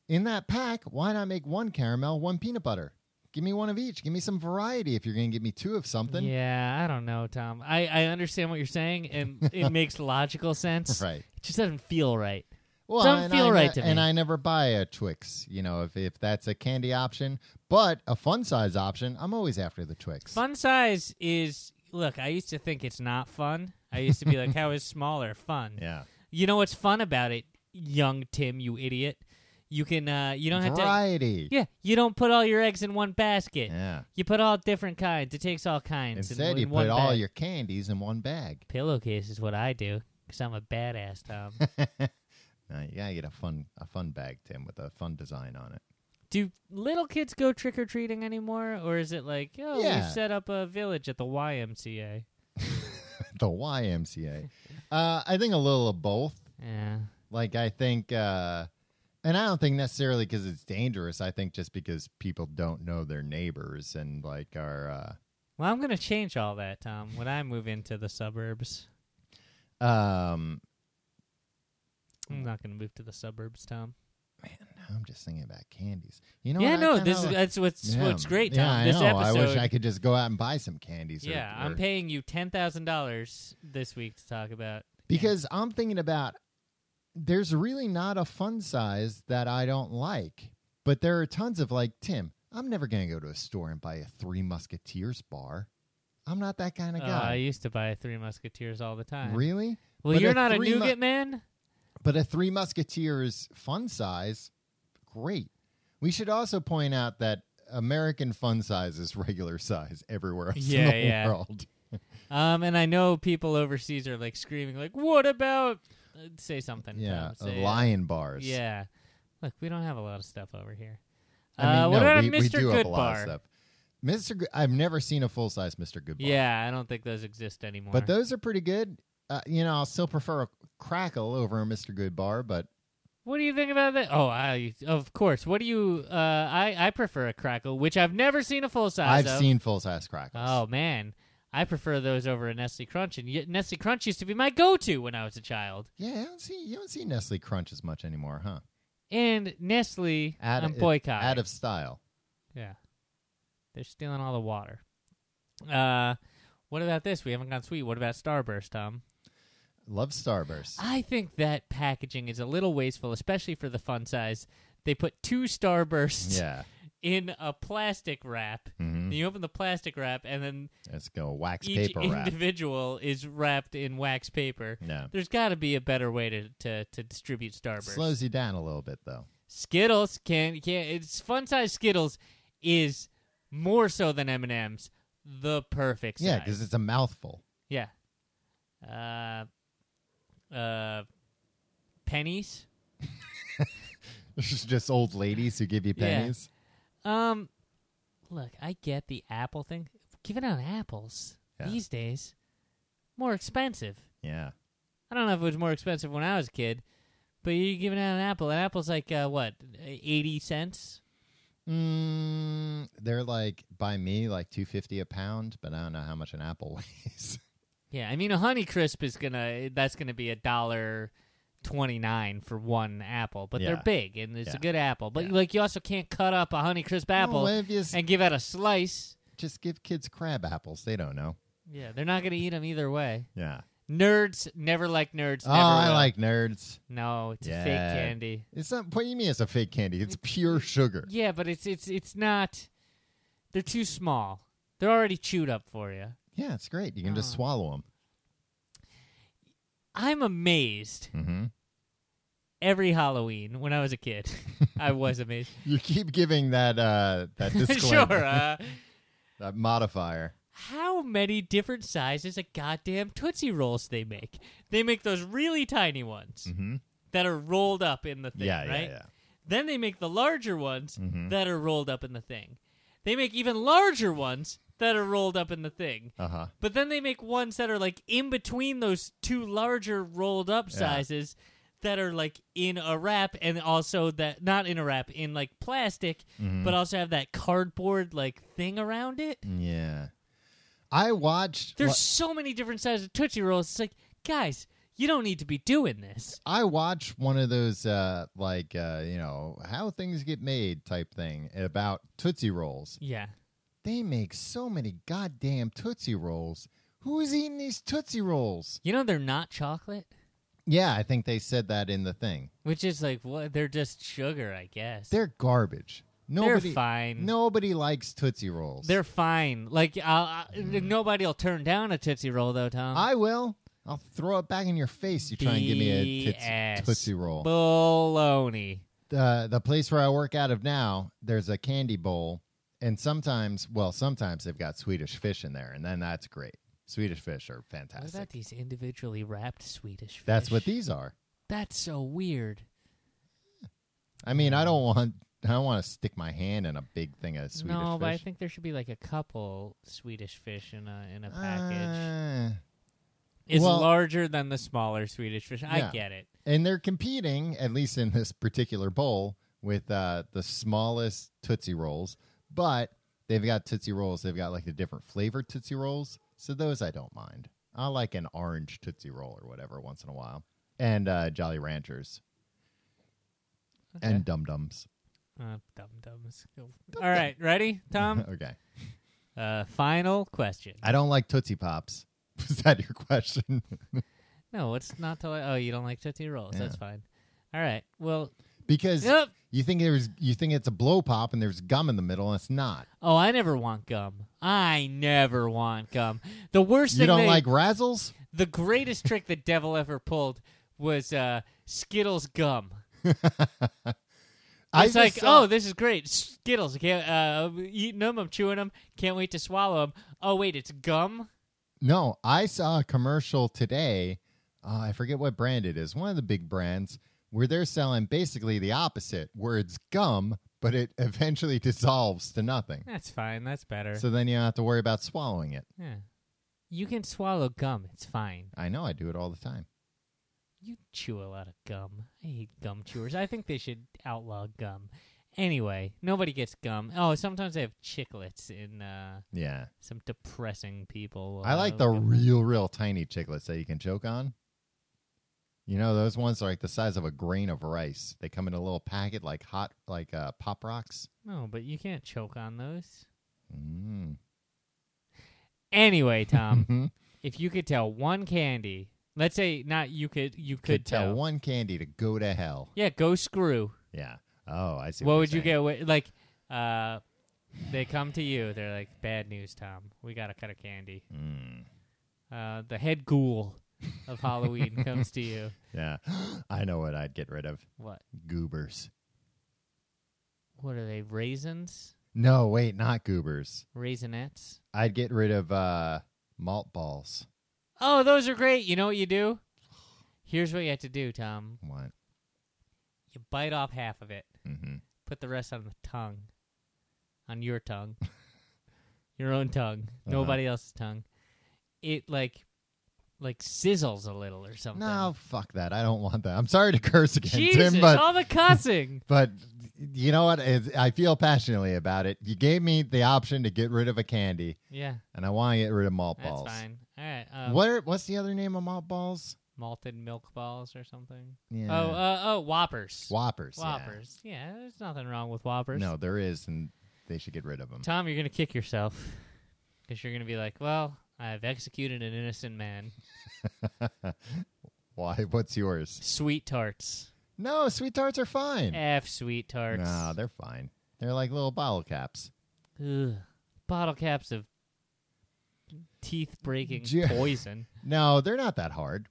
[SPEAKER 1] In that pack, why not make one caramel, one peanut butter? Give me one of each. Give me some variety if you're going to give me two of something.
[SPEAKER 2] Yeah, I don't know, Tom. I, I understand what you're saying, and it makes logical sense.
[SPEAKER 1] Right.
[SPEAKER 2] It just doesn't feel right.
[SPEAKER 1] Well,
[SPEAKER 2] Don't
[SPEAKER 1] and
[SPEAKER 2] feel
[SPEAKER 1] I ne-
[SPEAKER 2] right to me.
[SPEAKER 1] And I never buy a Twix, you know, if, if that's a candy option, but a fun size option, I'm always after the Twix.
[SPEAKER 2] Fun size is look. I used to think it's not fun. I used to be like, "How is smaller fun?"
[SPEAKER 1] Yeah.
[SPEAKER 2] You know what's fun about it, young Tim, you idiot. You can uh, you don't have
[SPEAKER 1] variety.
[SPEAKER 2] to. Yeah, you don't put all your eggs in one basket.
[SPEAKER 1] Yeah.
[SPEAKER 2] You put all different kinds. It takes all kinds. in-
[SPEAKER 1] Instead,
[SPEAKER 2] in
[SPEAKER 1] you
[SPEAKER 2] one
[SPEAKER 1] put all
[SPEAKER 2] bag.
[SPEAKER 1] your candies in one bag.
[SPEAKER 2] pillowcase is what I do because I'm a badass, Tom.
[SPEAKER 1] Uh, you gotta get a fun a fun bag, Tim, with a fun design on it.
[SPEAKER 2] Do little kids go trick or treating anymore, or is it like, oh,
[SPEAKER 1] Yeah.
[SPEAKER 2] we've set up a village at the YMCA?
[SPEAKER 1] The YMCA. uh, I think a little of both.
[SPEAKER 2] Yeah,
[SPEAKER 1] Like I think, uh, and I don't think necessarily because it's dangerous. I think just because people don't know their neighbors and like are. Uh,
[SPEAKER 2] Well, I'm going to change all that, Tom, when I move into the suburbs.
[SPEAKER 1] um, Hmm.
[SPEAKER 2] I'm not going to move to the suburbs, Tom.
[SPEAKER 1] now I'm just thinking about candies. You know?
[SPEAKER 2] yeah,
[SPEAKER 1] what? I
[SPEAKER 2] no,
[SPEAKER 1] kinda
[SPEAKER 2] this is
[SPEAKER 1] like-
[SPEAKER 2] that's what's
[SPEAKER 1] Yeah.
[SPEAKER 2] what's great, Tom.
[SPEAKER 1] Yeah, I
[SPEAKER 2] this
[SPEAKER 1] know.
[SPEAKER 2] episode.
[SPEAKER 1] I wish I could just go out and buy some candies. or-
[SPEAKER 2] yeah,
[SPEAKER 1] or-
[SPEAKER 2] I'm paying you ten thousand dollars this week to talk about
[SPEAKER 1] because I'm thinking about. There's really not a fun size that I don't like, but there are tons of like Tim. I'm never gonna go to a store and buy a Three Musketeers bar. I'm not that kind of
[SPEAKER 2] Uh, I
[SPEAKER 1] guy.
[SPEAKER 2] used to buy Three Musketeers all the time.
[SPEAKER 1] really?
[SPEAKER 2] Well,
[SPEAKER 1] But
[SPEAKER 2] you're
[SPEAKER 1] a
[SPEAKER 2] not a
[SPEAKER 1] Three Mu-
[SPEAKER 2] nougat man.
[SPEAKER 1] But a Three Musketeers fun size, great. We should also point out that American fun size is regular size everywhere else in
[SPEAKER 2] Yeah,
[SPEAKER 1] the
[SPEAKER 2] yeah.
[SPEAKER 1] world.
[SPEAKER 2] Um, and I know people overseas are like screaming, like, "What about?" Uh, say something.
[SPEAKER 1] Yeah,
[SPEAKER 2] Tom.
[SPEAKER 1] uh,
[SPEAKER 2] Say, uh,
[SPEAKER 1] lion bars.
[SPEAKER 2] Yeah. Look, we don't have a lot of stuff over here.
[SPEAKER 1] I mean,
[SPEAKER 2] uh, what
[SPEAKER 1] no,
[SPEAKER 2] about
[SPEAKER 1] we,
[SPEAKER 2] a
[SPEAKER 1] we
[SPEAKER 2] Mr.
[SPEAKER 1] do
[SPEAKER 2] Goodbar?
[SPEAKER 1] have a lot of stuff. Mr. Good, I've never seen a full size Mr. Goodbar.
[SPEAKER 2] Yeah, I don't think those exist anymore.
[SPEAKER 1] but those are pretty good. Uh, you know, I'll still prefer a crackle over a Mr. Goodbar, but
[SPEAKER 2] what do you think about that? Oh, I of course. What do you? Uh, I I prefer a crackle, which I've never seen a full size.
[SPEAKER 1] I've
[SPEAKER 2] of.
[SPEAKER 1] seen full size crackles.
[SPEAKER 2] Oh man, I prefer those over a Nestle Crunch, and yet Nestle Crunch used to be my go-to when I was a child.
[SPEAKER 1] Yeah, I don't see you don't see Nestle Crunch as much anymore, huh?
[SPEAKER 2] And Nestle,
[SPEAKER 1] Out
[SPEAKER 2] I'm
[SPEAKER 1] of-
[SPEAKER 2] boycotting.
[SPEAKER 1] Out of style.
[SPEAKER 2] Yeah. They're stealing all the water. Uh, what about this? We haven't gone sweet. What about Starburst, Tom?
[SPEAKER 1] Love Starburst.
[SPEAKER 2] I think that packaging is a little wasteful, especially for the fun size. They put two Starbursts
[SPEAKER 1] yeah.
[SPEAKER 2] in a plastic wrap.
[SPEAKER 1] Mm-hmm.
[SPEAKER 2] And you open the plastic wrap, and then
[SPEAKER 1] Let's go wax
[SPEAKER 2] each
[SPEAKER 1] paper wrap.
[SPEAKER 2] individual is wrapped in wax paper.
[SPEAKER 1] No.
[SPEAKER 2] There's got to be a better way to, to, to distribute Starburst.
[SPEAKER 1] Slows you down a little bit though.
[SPEAKER 2] Skittles can can it's fun size Skittles is more so than M and M's the perfect
[SPEAKER 1] Yeah,
[SPEAKER 2] size.
[SPEAKER 1] because it's a mouthful.
[SPEAKER 2] Yeah. Uh, uh, pennies.
[SPEAKER 1] It's just old ladies who give you
[SPEAKER 2] Yeah.
[SPEAKER 1] pennies.
[SPEAKER 2] Um, look, I get the apple thing. Giving out apples
[SPEAKER 1] Yeah.
[SPEAKER 2] these days more expensive.
[SPEAKER 1] Yeah.
[SPEAKER 2] I don't know if it was more expensive when I was a kid, but you're giving out an apple. An apple's like uh, what, eighty cents?
[SPEAKER 1] Mm, they're like by me like two fifty a pound, but I don't know how much an apple weighs.
[SPEAKER 2] Yeah, I mean a honey crisp is gonna that's gonna be a dollar twenty nine for one apple, but
[SPEAKER 1] Yeah.
[SPEAKER 2] they're big and it's
[SPEAKER 1] Yeah.
[SPEAKER 2] a good apple. But
[SPEAKER 1] Yeah.
[SPEAKER 2] like you also can't cut up a honey crisp apple
[SPEAKER 1] Well, if you s-
[SPEAKER 2] and give out a slice.
[SPEAKER 1] just give kids crab apples. They don't know.
[SPEAKER 2] Yeah, they're not gonna eat them either way.
[SPEAKER 1] Yeah.
[SPEAKER 2] Nerds never like nerds.
[SPEAKER 1] Oh,
[SPEAKER 2] never
[SPEAKER 1] I
[SPEAKER 2] will.
[SPEAKER 1] like nerds.
[SPEAKER 2] No, it's
[SPEAKER 1] Yeah.
[SPEAKER 2] fake candy.
[SPEAKER 1] It's not. What do you mean? It's a fake candy. It's pure sugar.
[SPEAKER 2] Yeah, but it's it's it's not. They're too small. They're already chewed up for you.
[SPEAKER 1] Yeah, it's great. You can just
[SPEAKER 2] Oh.
[SPEAKER 1] swallow them.
[SPEAKER 2] I'm amazed
[SPEAKER 1] Mm-hmm.
[SPEAKER 2] every Halloween when I was a kid. I was amazed.
[SPEAKER 1] You keep giving that uh that disclaimer,
[SPEAKER 2] sure. Uh,
[SPEAKER 1] that modifier.
[SPEAKER 2] how many different sizes of goddamn Tootsie Rolls they make? They make those really tiny ones
[SPEAKER 1] Mm-hmm.
[SPEAKER 2] that are rolled up in the thing,
[SPEAKER 1] Yeah,
[SPEAKER 2] right?
[SPEAKER 1] yeah, Mm-hmm. yeah.
[SPEAKER 2] Then they make the larger ones that are rolled up in the thing. They make even larger ones that are rolled up in the thing.
[SPEAKER 1] Uh huh.
[SPEAKER 2] But then they make ones that are like in between those two larger rolled up
[SPEAKER 1] Yeah.
[SPEAKER 2] sizes that are like in a wrap and also that not in a wrap in like plastic
[SPEAKER 1] Mm-hmm.
[SPEAKER 2] but also have that cardboard like thing around it.
[SPEAKER 1] Yeah. I watched.
[SPEAKER 2] There's so many different sizes of Tootsie Rolls. It's like, guys, you don't need to be doing this.
[SPEAKER 1] I watched one of those, uh, like, uh, you know, how things get made type thing about Tootsie Rolls.
[SPEAKER 2] Yeah.
[SPEAKER 1] They make so many goddamn Tootsie Rolls. Who's eating these Tootsie Rolls?
[SPEAKER 2] You know they're not chocolate,
[SPEAKER 1] Yeah, I think they said that in the thing.
[SPEAKER 2] which is like what they're just sugar, I guess.
[SPEAKER 1] They're garbage. Nobody,
[SPEAKER 2] fine.
[SPEAKER 1] Nobody likes Tootsie Rolls.
[SPEAKER 2] They're fine. Like I'll, I, nobody'll turn down a Tootsie Roll though, Tom.
[SPEAKER 1] I will. I'll throw it back in your face. You try and give me a
[SPEAKER 2] BS.
[SPEAKER 1] tits- Tootsie Roll.
[SPEAKER 2] Baloney.
[SPEAKER 1] the the place where I work out of now, there's a candy bowl, and sometimes, well, sometimes they've got Swedish fish in there, and then that's great. Swedish fish are
[SPEAKER 2] What about
[SPEAKER 1] fantastic.
[SPEAKER 2] these individually wrapped Swedish fish?
[SPEAKER 1] That's what these are.
[SPEAKER 2] That's so weird.
[SPEAKER 1] I mean, I don't want I don't want to stick my hand in a big thing of Swedish
[SPEAKER 2] no,
[SPEAKER 1] fish.
[SPEAKER 2] but I think there should be like a couple Swedish fish in a in a package.
[SPEAKER 1] Uh,
[SPEAKER 2] it's
[SPEAKER 1] well-
[SPEAKER 2] larger than the smaller Swedish fish. I
[SPEAKER 1] Yeah.
[SPEAKER 2] get it.
[SPEAKER 1] and they're competing, at least in this particular bowl, with uh, the smallest Tootsie Rolls. But they've got Tootsie Rolls. They've got like the different flavored Tootsie Rolls. So those I don't mind. I like an orange Tootsie Roll or whatever once in a while. And uh, Jolly Ranchers. And Dum Dums.
[SPEAKER 2] Uh, dumb dumbs. All right, ready, Tom?
[SPEAKER 1] okay.
[SPEAKER 2] uh, final question.
[SPEAKER 1] I don't like Tootsie Pops. Was that your question?
[SPEAKER 2] No, it's not to. Like, oh, you don't like Tootsie Rolls. That's fine. All right. Well,
[SPEAKER 1] because
[SPEAKER 2] Yep.
[SPEAKER 1] you think there's you think it's a blow pop and there's gum in the middle and it's not.
[SPEAKER 2] oh, I never want gum. I never want gum. The worst
[SPEAKER 1] You
[SPEAKER 2] thing
[SPEAKER 1] don't
[SPEAKER 2] they-
[SPEAKER 1] like razzles?
[SPEAKER 2] the greatest trick the devil ever pulled was uh, Skittles gum.
[SPEAKER 1] I
[SPEAKER 2] It's like,
[SPEAKER 1] just saw-
[SPEAKER 2] oh, this is great. Skittles. I Can't, uh, I'm eating them, I'm chewing them. Can't wait to swallow them. Oh, wait, it's gum?
[SPEAKER 1] No, I saw a commercial today. Uh, I forget what brand it is. One of the big brands where they're selling basically the opposite, where it's gum, but it eventually dissolves to nothing.
[SPEAKER 2] That's fine. That's better.
[SPEAKER 1] So then you don't have to worry about swallowing it.
[SPEAKER 2] yeah. You can swallow gum. It's fine.
[SPEAKER 1] I know I do it all the time.
[SPEAKER 2] You chew a lot of gum. I hate gum chewers. I think they should outlaw gum. Anyway, nobody gets gum. Oh, sometimes they have chiclets in uh,
[SPEAKER 1] Yeah.
[SPEAKER 2] some depressing people.
[SPEAKER 1] I
[SPEAKER 2] uh,
[SPEAKER 1] like the
[SPEAKER 2] gum.
[SPEAKER 1] real, real tiny chiclets that you can choke on. You know, those ones are like the size of a grain of rice. They come in a little packet like hot, like uh, Pop Rocks.
[SPEAKER 2] No, but you can't choke on those.
[SPEAKER 1] Mm.
[SPEAKER 2] Anyway, Tom,
[SPEAKER 1] Mhm.
[SPEAKER 2] if you Um, could tell one candy, let's say not you could, you could,
[SPEAKER 1] Could tell one candy to go to hell.
[SPEAKER 2] Yeah, go screw.
[SPEAKER 1] Yeah. Oh, I see.
[SPEAKER 2] What
[SPEAKER 1] you're
[SPEAKER 2] would you
[SPEAKER 1] saying.
[SPEAKER 2] get? What, like, uh, they come to you. They're like, "Bad news, Tom. We gotta cut a candy."
[SPEAKER 1] Mm,
[SPEAKER 2] Uh, the head ghoul of Halloween comes to you.
[SPEAKER 1] yeah. I know what I'd get rid of.
[SPEAKER 2] What?
[SPEAKER 1] Goobers.
[SPEAKER 2] What are they? Raisins?
[SPEAKER 1] No, wait, not goobers.
[SPEAKER 2] Raisinettes.
[SPEAKER 1] I'd get rid of uh, malt balls.
[SPEAKER 2] Oh, those are great. You know what you do? Here's what you have to do, Tom.
[SPEAKER 1] What?
[SPEAKER 2] You bite off half of it,
[SPEAKER 1] hmm
[SPEAKER 2] put the rest on the tongue, on your tongue, your own tongue,
[SPEAKER 1] Uh-huh.
[SPEAKER 2] nobody else's tongue. It like, like sizzles a little or something.
[SPEAKER 1] No, fuck that. I don't want that. I'm sorry to curse again,
[SPEAKER 2] Jesus, Oh.
[SPEAKER 1] Tim, but
[SPEAKER 2] all the cussing.
[SPEAKER 1] but you know what? It's, I feel passionately about it. You gave me the option to get rid of a candy,
[SPEAKER 2] yeah,
[SPEAKER 1] and I want to get rid of malt
[SPEAKER 2] that's
[SPEAKER 1] balls.
[SPEAKER 2] fine. All right. Um,
[SPEAKER 1] What? Are, what's the other name of malt balls?
[SPEAKER 2] malted milk balls or something?
[SPEAKER 1] Yeah.
[SPEAKER 2] Oh, uh, oh, whoppers.
[SPEAKER 1] Whoppers. yeah.
[SPEAKER 2] Whoppers. Yeah. there's nothing wrong with whoppers.
[SPEAKER 1] No, there is, and they should get rid of them.
[SPEAKER 2] Tom, you're going to kick yourself because you're going to be like, well, I've executed an innocent man.
[SPEAKER 1] Why? What's yours?
[SPEAKER 2] Sweet tarts.
[SPEAKER 1] No, sweet tarts are fine.
[SPEAKER 2] F sweet tarts.
[SPEAKER 1] No, they're fine. They're like little bottle caps.
[SPEAKER 2] Ugh. Bottle caps of teeth breaking
[SPEAKER 1] Ju-
[SPEAKER 2] poison.
[SPEAKER 1] No, they're not that hard.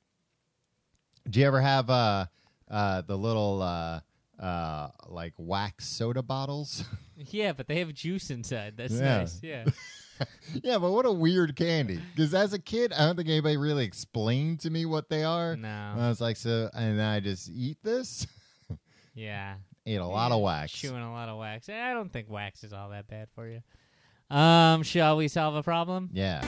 [SPEAKER 1] Do you ever have uh, uh, the little uh, uh, like wax soda bottles?
[SPEAKER 2] yeah, but they have juice inside. That's
[SPEAKER 1] Yeah.
[SPEAKER 2] nice. Yeah.
[SPEAKER 1] yeah, but what a weird candy. Because as a kid, I don't think anybody really explained to me what they are.
[SPEAKER 2] No.
[SPEAKER 1] And I was like, so, and I just eat this.
[SPEAKER 2] Yeah.
[SPEAKER 1] Ate a lot of wax.
[SPEAKER 2] Chewing a lot of wax. Eh, I don't think wax is all that bad for you. Um, shall we solve a problem?
[SPEAKER 1] Yeah.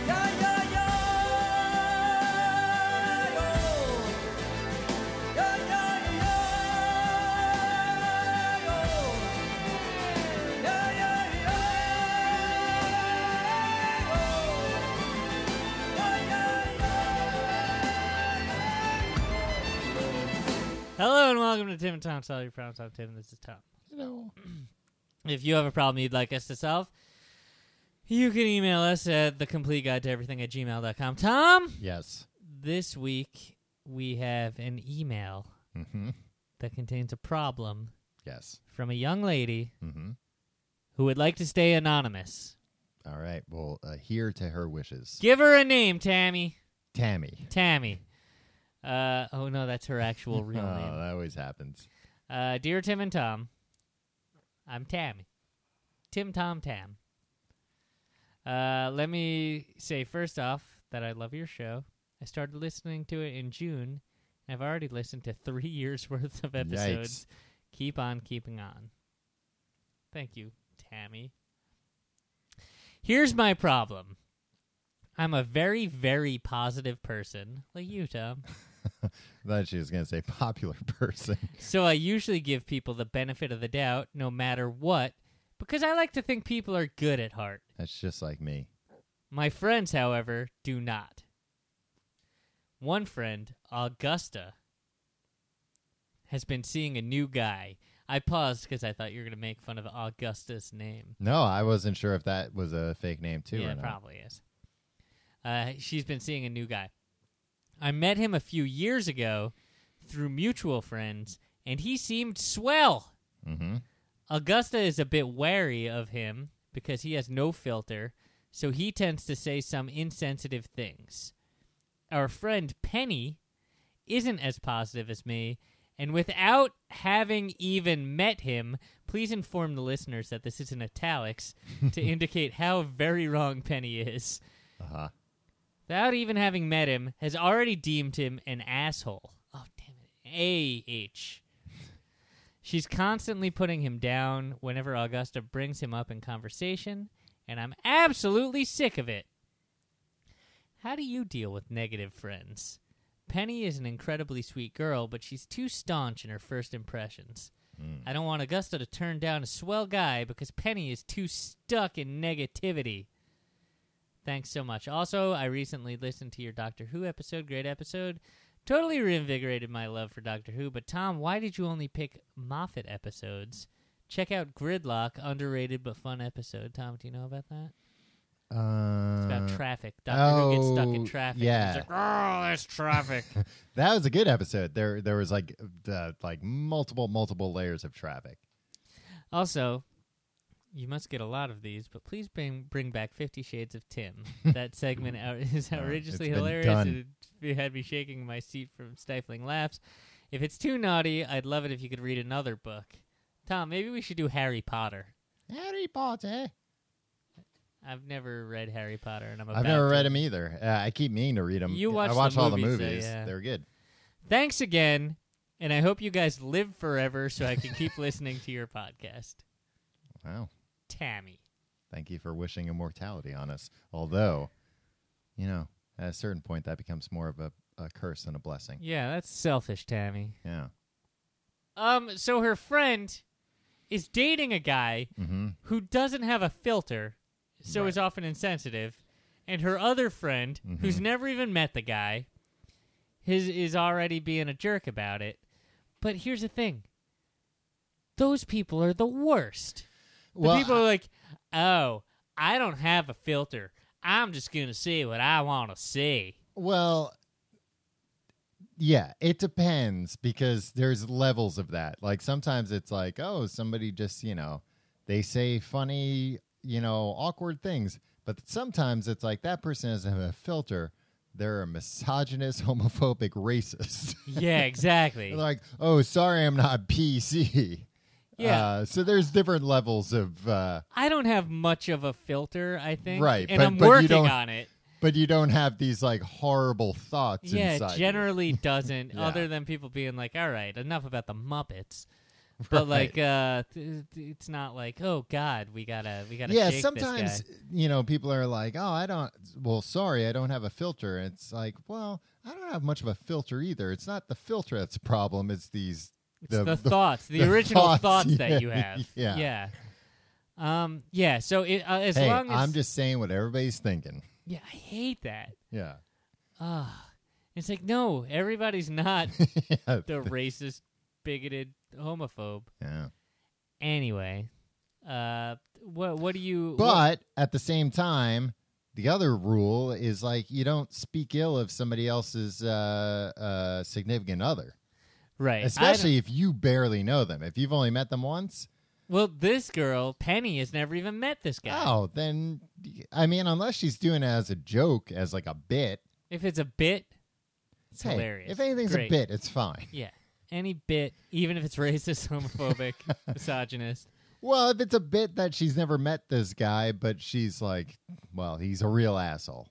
[SPEAKER 2] Hello and welcome to Tim and Tom Solve Your Problems. I'm Tim. This is Tom.
[SPEAKER 1] You know.
[SPEAKER 2] If you have a problem you'd like us to solve, you can email us at the complete guide to everything at gmail.com. Tom,
[SPEAKER 1] Yes.
[SPEAKER 2] this week we have an email
[SPEAKER 1] Mm-hmm.
[SPEAKER 2] that contains a problem
[SPEAKER 1] Yes.
[SPEAKER 2] from a young lady
[SPEAKER 1] Mm-hmm.
[SPEAKER 2] who would like to stay anonymous.
[SPEAKER 1] All right. Well, adhere to her wishes.
[SPEAKER 2] Give her a name, Tammy.
[SPEAKER 1] Tammy.
[SPEAKER 2] Tammy. Uh, oh no, that's her actual real
[SPEAKER 1] oh,
[SPEAKER 2] name.
[SPEAKER 1] that always happens.
[SPEAKER 2] Uh, dear Tim and Tom, I'm Tammy. Tim, Tom, Tam. Uh, let me say first off that I love your show. I started listening to it in June. And I've already listened to three years worth of episodes. Keep on keeping on. Thank you, Tammy. Here's my problem. I'm a very, very positive person, like you, Tom.
[SPEAKER 1] thought she was going to say popular person.
[SPEAKER 2] So I usually give people the benefit of the doubt, no matter what, because I like to think people are good at heart.
[SPEAKER 1] That's just like me.
[SPEAKER 2] My friends, however, do not. One friend, Augusta, has been seeing a new guy. I paused because I thought you were going to make fun of Augusta's name.
[SPEAKER 1] No, I wasn't sure if that was a fake name too.
[SPEAKER 2] yeah,
[SPEAKER 1] or
[SPEAKER 2] it
[SPEAKER 1] not.
[SPEAKER 2] probably is. Uh, she's been seeing a new guy. I met him a few years ago through mutual friends, and he seemed swell.
[SPEAKER 1] Mm-hmm.
[SPEAKER 2] Augusta is a bit wary of him because he has no filter, so he tends to say some insensitive things. Our friend Penny isn't as positive as me, and without having even met him, please inform the listeners that this is in italics to indicate how very wrong Penny is.
[SPEAKER 1] Uh huh.
[SPEAKER 2] Without even having met him, has already deemed him an asshole. Oh, damn it. A H. She's constantly putting him down whenever Augusta brings him up in conversation, and I'm absolutely sick of it. How do you deal with negative friends? Penny is an incredibly sweet girl, but she's too staunch in her first impressions.
[SPEAKER 1] Hmm.
[SPEAKER 2] I don't want Augusta to turn down a swell guy because Penny is too stuck in negativity. Thanks so much. Also, I recently listened to your Doctor Who episode. Great episode. Totally reinvigorated my love for Doctor Who. But, Tom, why did you only pick Moffat episodes? Check out Gridlock, underrated but fun episode. Tom, do you know about that?
[SPEAKER 1] Uh,
[SPEAKER 2] It's about traffic. Doctor Who gets stuck
[SPEAKER 1] oh,
[SPEAKER 2] in traffic.
[SPEAKER 1] yeah.
[SPEAKER 2] He's like, oh, there's traffic.
[SPEAKER 1] that was a good episode. There, there was like, uh, like multiple, multiple layers of traffic.
[SPEAKER 2] Also, you must get a lot of these, but please bring bring back Fifty Shades of Tim. that segment out- is
[SPEAKER 1] Uh,
[SPEAKER 2] outrageously
[SPEAKER 1] it's been
[SPEAKER 2] hilarious.
[SPEAKER 1] done.
[SPEAKER 2] and It had me shaking my seat from stifling laughs. If it's too naughty, I'd love it if you could read another book. Tom, maybe we should do Harry Potter.
[SPEAKER 1] Harry Potter.
[SPEAKER 2] I've never read Harry Potter, and I'm about
[SPEAKER 1] I've never
[SPEAKER 2] to.
[SPEAKER 1] read them either. Uh, I keep meaning to read them.
[SPEAKER 2] Oh, You watched
[SPEAKER 1] I
[SPEAKER 2] the
[SPEAKER 1] watch all
[SPEAKER 2] movies,
[SPEAKER 1] the
[SPEAKER 2] though,
[SPEAKER 1] movies.
[SPEAKER 2] yeah.
[SPEAKER 1] They're good. e-
[SPEAKER 2] Thanks again, and I hope you guys live forever so I can keep listening to your podcast.
[SPEAKER 1] Wow.
[SPEAKER 2] Tammy.
[SPEAKER 1] Thank you for wishing immortality on us. Although, you know, at a certain point, that becomes more of a, a curse than a blessing.
[SPEAKER 2] Yeah, that's selfish, Tammy.
[SPEAKER 1] Yeah.
[SPEAKER 2] Um, so her friend is dating a guy
[SPEAKER 1] Mm-hmm.
[SPEAKER 2] who doesn't have a filter, so is often insensitive, and her other friend,
[SPEAKER 1] Mm-hmm.
[SPEAKER 2] who's never even met the guy, his is already being a jerk about it. But here's the thing: those people are the worst. The
[SPEAKER 1] Well,
[SPEAKER 2] people
[SPEAKER 1] I-
[SPEAKER 2] are like, "Oh, I don't have a filter. I'm just gonna say what I want to say."
[SPEAKER 1] Well, yeah, it depends because there's levels of that. Like sometimes it's like, oh, somebody just, you know, they say funny, you know, awkward things. But sometimes it's like that person doesn't have a filter. They're a misogynist, homophobic, racist.
[SPEAKER 2] Yeah, exactly.
[SPEAKER 1] They're like, oh, sorry, I'm not PC.
[SPEAKER 2] Yeah.
[SPEAKER 1] Uh, so there's different levels of, uh,
[SPEAKER 2] I don't have much of a filter, I think.
[SPEAKER 1] Right,
[SPEAKER 2] and
[SPEAKER 1] but-
[SPEAKER 2] I'm
[SPEAKER 1] but you
[SPEAKER 2] working
[SPEAKER 1] don't-
[SPEAKER 2] on it.
[SPEAKER 1] but you don't have these like horrible thoughts
[SPEAKER 2] yeah,
[SPEAKER 1] inside. you.
[SPEAKER 2] generally doesn't.
[SPEAKER 1] Yeah.
[SPEAKER 2] Other than people being like, "All right, enough about the Muppets," but like, uh, th- th- it's not like, "Oh God, we gotta, we gotta."
[SPEAKER 1] yeah
[SPEAKER 2] shake
[SPEAKER 1] sometimes
[SPEAKER 2] This
[SPEAKER 1] you know people are like oh i don't well sorry i don't have a filter And it's like well i don't have much of a filter either it's not the filter that's the problem it's these
[SPEAKER 2] guy. It's the, thoughts, the, original
[SPEAKER 1] thoughts,
[SPEAKER 2] thoughts, that you
[SPEAKER 1] yeah,
[SPEAKER 2] have.
[SPEAKER 1] yeah.
[SPEAKER 2] yeah. Um. Yeah. So it, uh, as
[SPEAKER 1] hey
[SPEAKER 2] long as
[SPEAKER 1] i'm just saying what everybody's thinking
[SPEAKER 2] yeah, I hate that.
[SPEAKER 1] yeah
[SPEAKER 2] Ah, it's like no, everybody's not
[SPEAKER 1] yeah,
[SPEAKER 2] the racist, bigoted, homophobe.
[SPEAKER 1] yeah.
[SPEAKER 2] Anyway, uh, what what do you? what-
[SPEAKER 1] but at the same time the other rule is like you don't speak ill of somebody else's uh, uh, significant other
[SPEAKER 2] right, I don't-
[SPEAKER 1] especially if you barely know them if you've only met them once
[SPEAKER 2] Well, this girl, Penny, has never even met this guy.
[SPEAKER 1] Oh, then I mean, unless she's doing it as a joke, as like a bit.
[SPEAKER 2] If it's a bit, it's
[SPEAKER 1] hey,
[SPEAKER 2] hilarious.
[SPEAKER 1] If anything's
[SPEAKER 2] Great.
[SPEAKER 1] a bit, it's fine.
[SPEAKER 2] Yeah. Any bit, even if it's racist, homophobic, misogynist.
[SPEAKER 1] Well, if it's a bit that she's never met this guy, but she's like, well, he's a real asshole,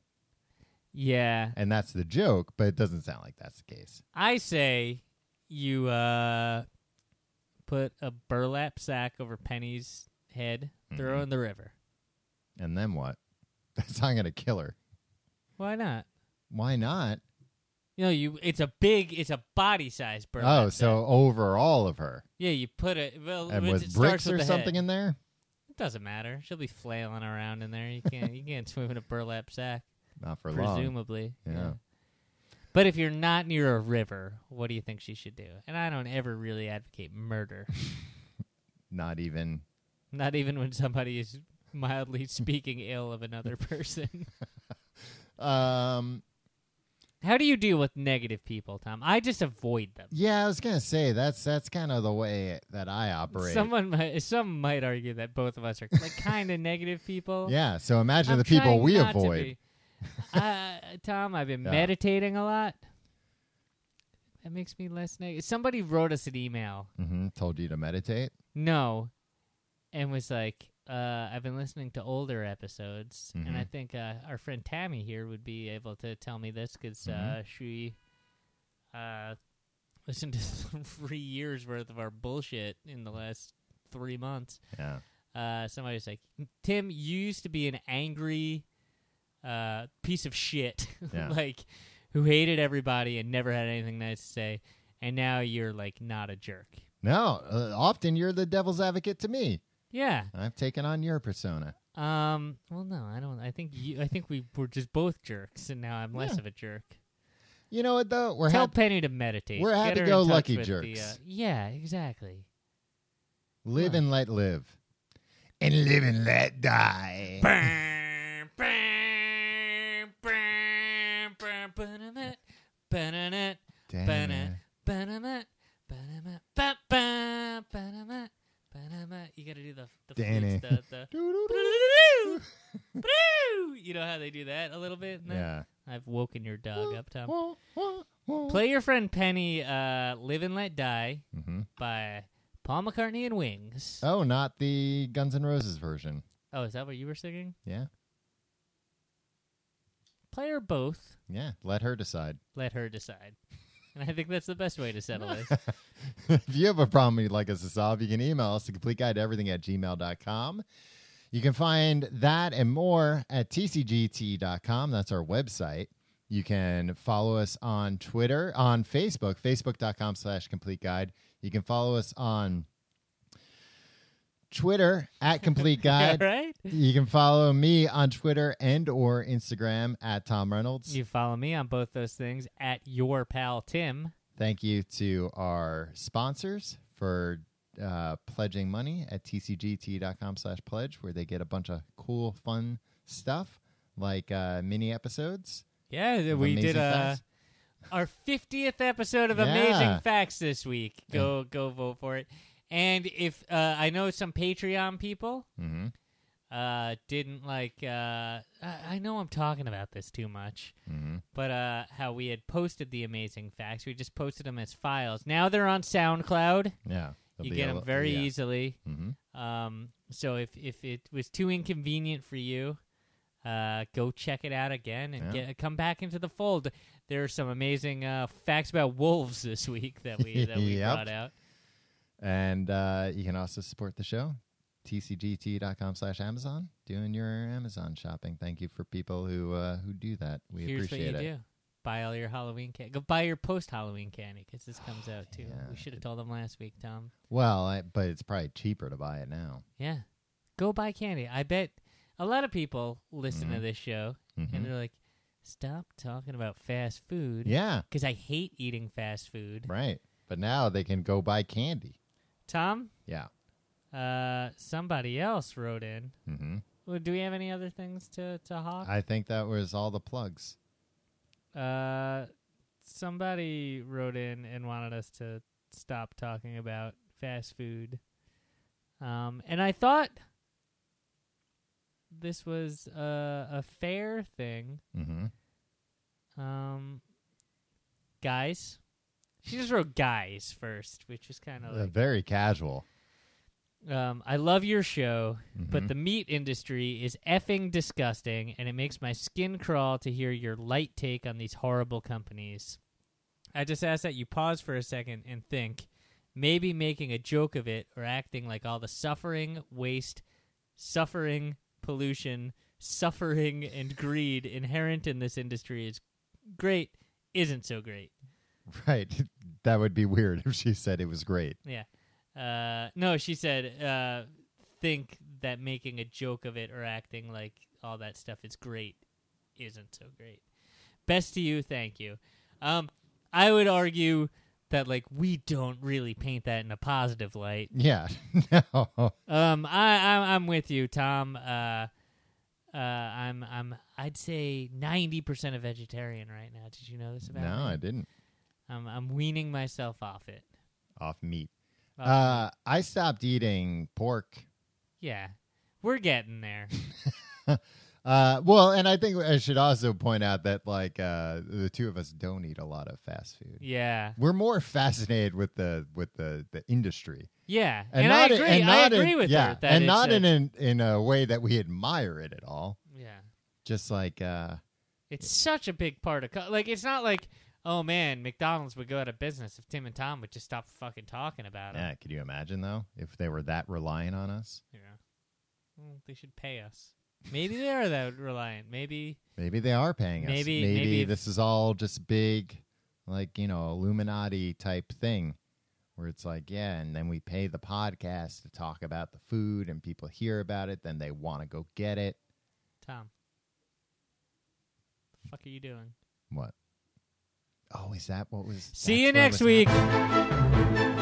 [SPEAKER 2] Yeah.
[SPEAKER 1] and that's the joke. But it doesn't sound like that's the case.
[SPEAKER 2] I say you uh put a burlap sack over Penny's head,
[SPEAKER 1] Mm-hmm.
[SPEAKER 2] throw her in the river.
[SPEAKER 1] And then what? That's not gonna kill her.
[SPEAKER 2] Why not?
[SPEAKER 1] Why not?
[SPEAKER 2] You know, you it's a big it's a body size burlap.
[SPEAKER 1] Oh,
[SPEAKER 2] sack.
[SPEAKER 1] so over all of her,
[SPEAKER 2] yeah, you put it well
[SPEAKER 1] and
[SPEAKER 2] it
[SPEAKER 1] with
[SPEAKER 2] starts
[SPEAKER 1] bricks
[SPEAKER 2] with
[SPEAKER 1] or
[SPEAKER 2] the
[SPEAKER 1] something
[SPEAKER 2] head.
[SPEAKER 1] in there.
[SPEAKER 2] It doesn't matter. She'll be flailing around in there. You can't you can't swim in a burlap sack.
[SPEAKER 1] Not for long.
[SPEAKER 2] presumably.
[SPEAKER 1] Yeah.
[SPEAKER 2] But if you're not near a river, what do you think she should do? And I don't ever really advocate murder.
[SPEAKER 1] Not even.
[SPEAKER 2] not even when somebody is mildly speaking ill of another person.
[SPEAKER 1] Um.
[SPEAKER 2] How do you deal with negative people, Tom? I just avoid them.
[SPEAKER 1] Yeah, I was gonna say that's that's kind of the way that I operate.
[SPEAKER 2] Someone might, some might argue that both of us are like kind of negative people.
[SPEAKER 1] Yeah, so imagine
[SPEAKER 2] I'm
[SPEAKER 1] the people
[SPEAKER 2] trying
[SPEAKER 1] we
[SPEAKER 2] not to
[SPEAKER 1] avoid.
[SPEAKER 2] be. uh, Tom, I've been
[SPEAKER 1] Yeah.
[SPEAKER 2] meditating a lot. That makes me less negative. Somebody wrote us an email.
[SPEAKER 1] hmm Told you to meditate.
[SPEAKER 2] No, and was like, uh, I've been listening to older episodes, and I think uh, our friend Tammy here would be able to tell me this because uh, she uh, listened to three years worth of our bullshit in the last three months.
[SPEAKER 1] Yeah.
[SPEAKER 2] Uh, somebody was like, Tim, you used to be an angry uh, piece of shit,
[SPEAKER 1] Yeah.
[SPEAKER 2] like who hated everybody and never had anything nice to say, and now you're like not a jerk.
[SPEAKER 1] No, uh, often you're the devil's advocate to me.
[SPEAKER 2] Yeah.
[SPEAKER 1] I've taken on your persona.
[SPEAKER 2] Um. Well, no, I don't. I think you. I think we were just both jerks, and now I'm less
[SPEAKER 1] Yeah.
[SPEAKER 2] of a jerk.
[SPEAKER 1] You know what though? We're
[SPEAKER 2] Tell
[SPEAKER 1] hap-
[SPEAKER 2] Penny to meditate.
[SPEAKER 1] we're
[SPEAKER 2] Get
[SPEAKER 1] happy
[SPEAKER 2] her
[SPEAKER 1] go
[SPEAKER 2] in touch
[SPEAKER 1] lucky
[SPEAKER 2] with the,
[SPEAKER 1] jerks.
[SPEAKER 2] uh, yeah, exactly.
[SPEAKER 1] live and let live, and live and let die. Damn.
[SPEAKER 2] You gotta do the the
[SPEAKER 1] Danny.
[SPEAKER 2] flutes, the, the
[SPEAKER 1] Doo-doo-doo.
[SPEAKER 2] you know how they do that a little bit. in that?
[SPEAKER 1] yeah.
[SPEAKER 2] I've woken your dog up, Tom.
[SPEAKER 1] Wah, wah, wah.
[SPEAKER 2] Play your friend Penny uh, Live and Let Die
[SPEAKER 1] Mhm.
[SPEAKER 2] by Paul McCartney and Wings. Oh,
[SPEAKER 1] Oh, not the Guns N' Roses version.
[SPEAKER 2] is that what you were singing?
[SPEAKER 1] Yeah.
[SPEAKER 2] Play or both.
[SPEAKER 1] Yeah. Let her decide.
[SPEAKER 2] Let her decide. And I think that's the best way to settle this.
[SPEAKER 1] if you have a problem you'd like us to solve, you can email us the complete guide to everything at gmail.com. You can find that and more at tcgt.com. E That's our website. You can follow us on Twitter, on Facebook, facebook.com slash complete guide. You can follow us on Twitter at complete
[SPEAKER 2] All
[SPEAKER 1] guide.
[SPEAKER 2] right.
[SPEAKER 1] You can follow me on Twitter and or Instagram at Tom Reynolds.
[SPEAKER 2] You follow me on both those things at your pal Tim.
[SPEAKER 1] Thank you to our sponsors for uh, pledging money at tcgt.com slash pledge, where they get a bunch of cool, fun stuff like uh, mini episodes.
[SPEAKER 2] Yeah, th-
[SPEAKER 1] of
[SPEAKER 2] we
[SPEAKER 1] Amazing
[SPEAKER 2] did uh,
[SPEAKER 1] Facts.
[SPEAKER 2] our 50th episode of
[SPEAKER 1] Yeah.
[SPEAKER 2] Amazing Facts this week. Go go vote for it. And if uh, I know some Patreon people
[SPEAKER 1] Mm-hmm.
[SPEAKER 2] uh, didn't like, uh, I, I know I'm talking about this too much,
[SPEAKER 1] Mhm.
[SPEAKER 2] but uh, how we had posted the Amazing Facts, we just posted them as files. Now they're on SoundCloud.
[SPEAKER 1] Yeah.
[SPEAKER 2] you get them very
[SPEAKER 1] easy.
[SPEAKER 2] easily.
[SPEAKER 1] Mm-hmm.
[SPEAKER 2] Um, so if if it was too inconvenient for you, uh, go check it out again and
[SPEAKER 1] Yeah.
[SPEAKER 2] get come back into the fold. There are some amazing uh, facts about wolves this week that we that we
[SPEAKER 1] Yep.
[SPEAKER 2] brought out.
[SPEAKER 1] And uh, you can also support the show, tcgt.com slash Amazon, doing your Amazon shopping. Thank you for people who uh, who do that. We
[SPEAKER 2] Here's what you
[SPEAKER 1] appreciate it.
[SPEAKER 2] do: buy all your Halloween candy. Go buy your post Halloween candy because this comes out too.
[SPEAKER 1] yeah.
[SPEAKER 2] We should have told them last week, Tom.
[SPEAKER 1] Well, I, but it's probably cheaper to buy it now.
[SPEAKER 2] Yeah, go buy candy. I bet a lot of people listen
[SPEAKER 1] Mm-hmm.
[SPEAKER 2] to this show and
[SPEAKER 1] Mhm.
[SPEAKER 2] they're like, "Stop talking about fast food."
[SPEAKER 1] Yeah,
[SPEAKER 2] Because I hate eating fast food.
[SPEAKER 1] right. But now they can go buy candy.
[SPEAKER 2] Tom,
[SPEAKER 1] Yeah.
[SPEAKER 2] Uh, somebody else wrote in.
[SPEAKER 1] Mm-hmm.
[SPEAKER 2] Well, do we have any other things to to hawk?
[SPEAKER 1] I think that was all the plugs.
[SPEAKER 2] uh, somebody wrote in and wanted us to stop talking about fast food. Um, and I thought this was a a fair thing.
[SPEAKER 1] Mm-hmm.
[SPEAKER 2] Um, guys, she just wrote guys first, which is kind of
[SPEAKER 1] Uh,
[SPEAKER 2] like
[SPEAKER 1] very casual.
[SPEAKER 2] Um, I love your show, but
[SPEAKER 1] Mhm.
[SPEAKER 2] the meat industry is effing disgusting, and it makes my skin crawl to hear your light take on these horrible companies. I just ask that you pause for a second and think. Maybe making a joke of it or acting like all the suffering, waste, suffering, pollution, suffering, and greed inherent in this industry is great, isn't so great.
[SPEAKER 1] Right. that would be weird if she said it was great.
[SPEAKER 2] Yeah. Uh, no, she said, uh, think that making a joke of it or acting like all that stuff is great isn't so great. Best to you, thank you. Um, I would argue that like we don't really paint that in a positive light.
[SPEAKER 1] Yeah. no.
[SPEAKER 2] Um, I, I I'm with you, Tom. Uh, uh, I'm I'm I'd say ninety percent a vegetarian right now. Did you know this about
[SPEAKER 1] No,
[SPEAKER 2] me?
[SPEAKER 1] I didn't.
[SPEAKER 2] I'm I'm weaning myself off it.
[SPEAKER 1] Off meat.
[SPEAKER 2] Off
[SPEAKER 1] Uh, I stopped eating pork.
[SPEAKER 2] Yeah, we're getting there.
[SPEAKER 1] Uh, well, and I think I should also point out that like uh, the two of us don't eat a lot of fast food.
[SPEAKER 2] Yeah,
[SPEAKER 1] We're more fascinated with the with the, the industry,
[SPEAKER 2] yeah, and, I
[SPEAKER 1] in-
[SPEAKER 2] agree.
[SPEAKER 1] and
[SPEAKER 2] I
[SPEAKER 1] not in-
[SPEAKER 2] agree with
[SPEAKER 1] yeah,
[SPEAKER 2] her. That
[SPEAKER 1] and
[SPEAKER 2] it's
[SPEAKER 1] not
[SPEAKER 2] a-
[SPEAKER 1] in an, in a way that we admire it at all.
[SPEAKER 2] yeah,
[SPEAKER 1] Just like uh,
[SPEAKER 2] it's such a big part of co- like it's not like oh man, McDonald's would go out of business if Tim and Tom would just stop fucking talking about it.
[SPEAKER 1] Yeah, could you imagine though if they were that reliant on us?
[SPEAKER 2] Yeah, Well, they should pay us. Maybe they are that reliant. Maybe
[SPEAKER 1] Maybe they are paying us.
[SPEAKER 2] Maybe- maybe if-
[SPEAKER 1] this is all just big, like you know, Illuminati type thing, where it's like, yeah, and then we pay the podcast to talk about the food, and people hear about it, then they want to go get it.
[SPEAKER 2] Tom. The fuck are you doing?
[SPEAKER 1] What? Oh, is that what was?
[SPEAKER 2] See you
[SPEAKER 1] that's what was
[SPEAKER 2] next week.
[SPEAKER 1] happening?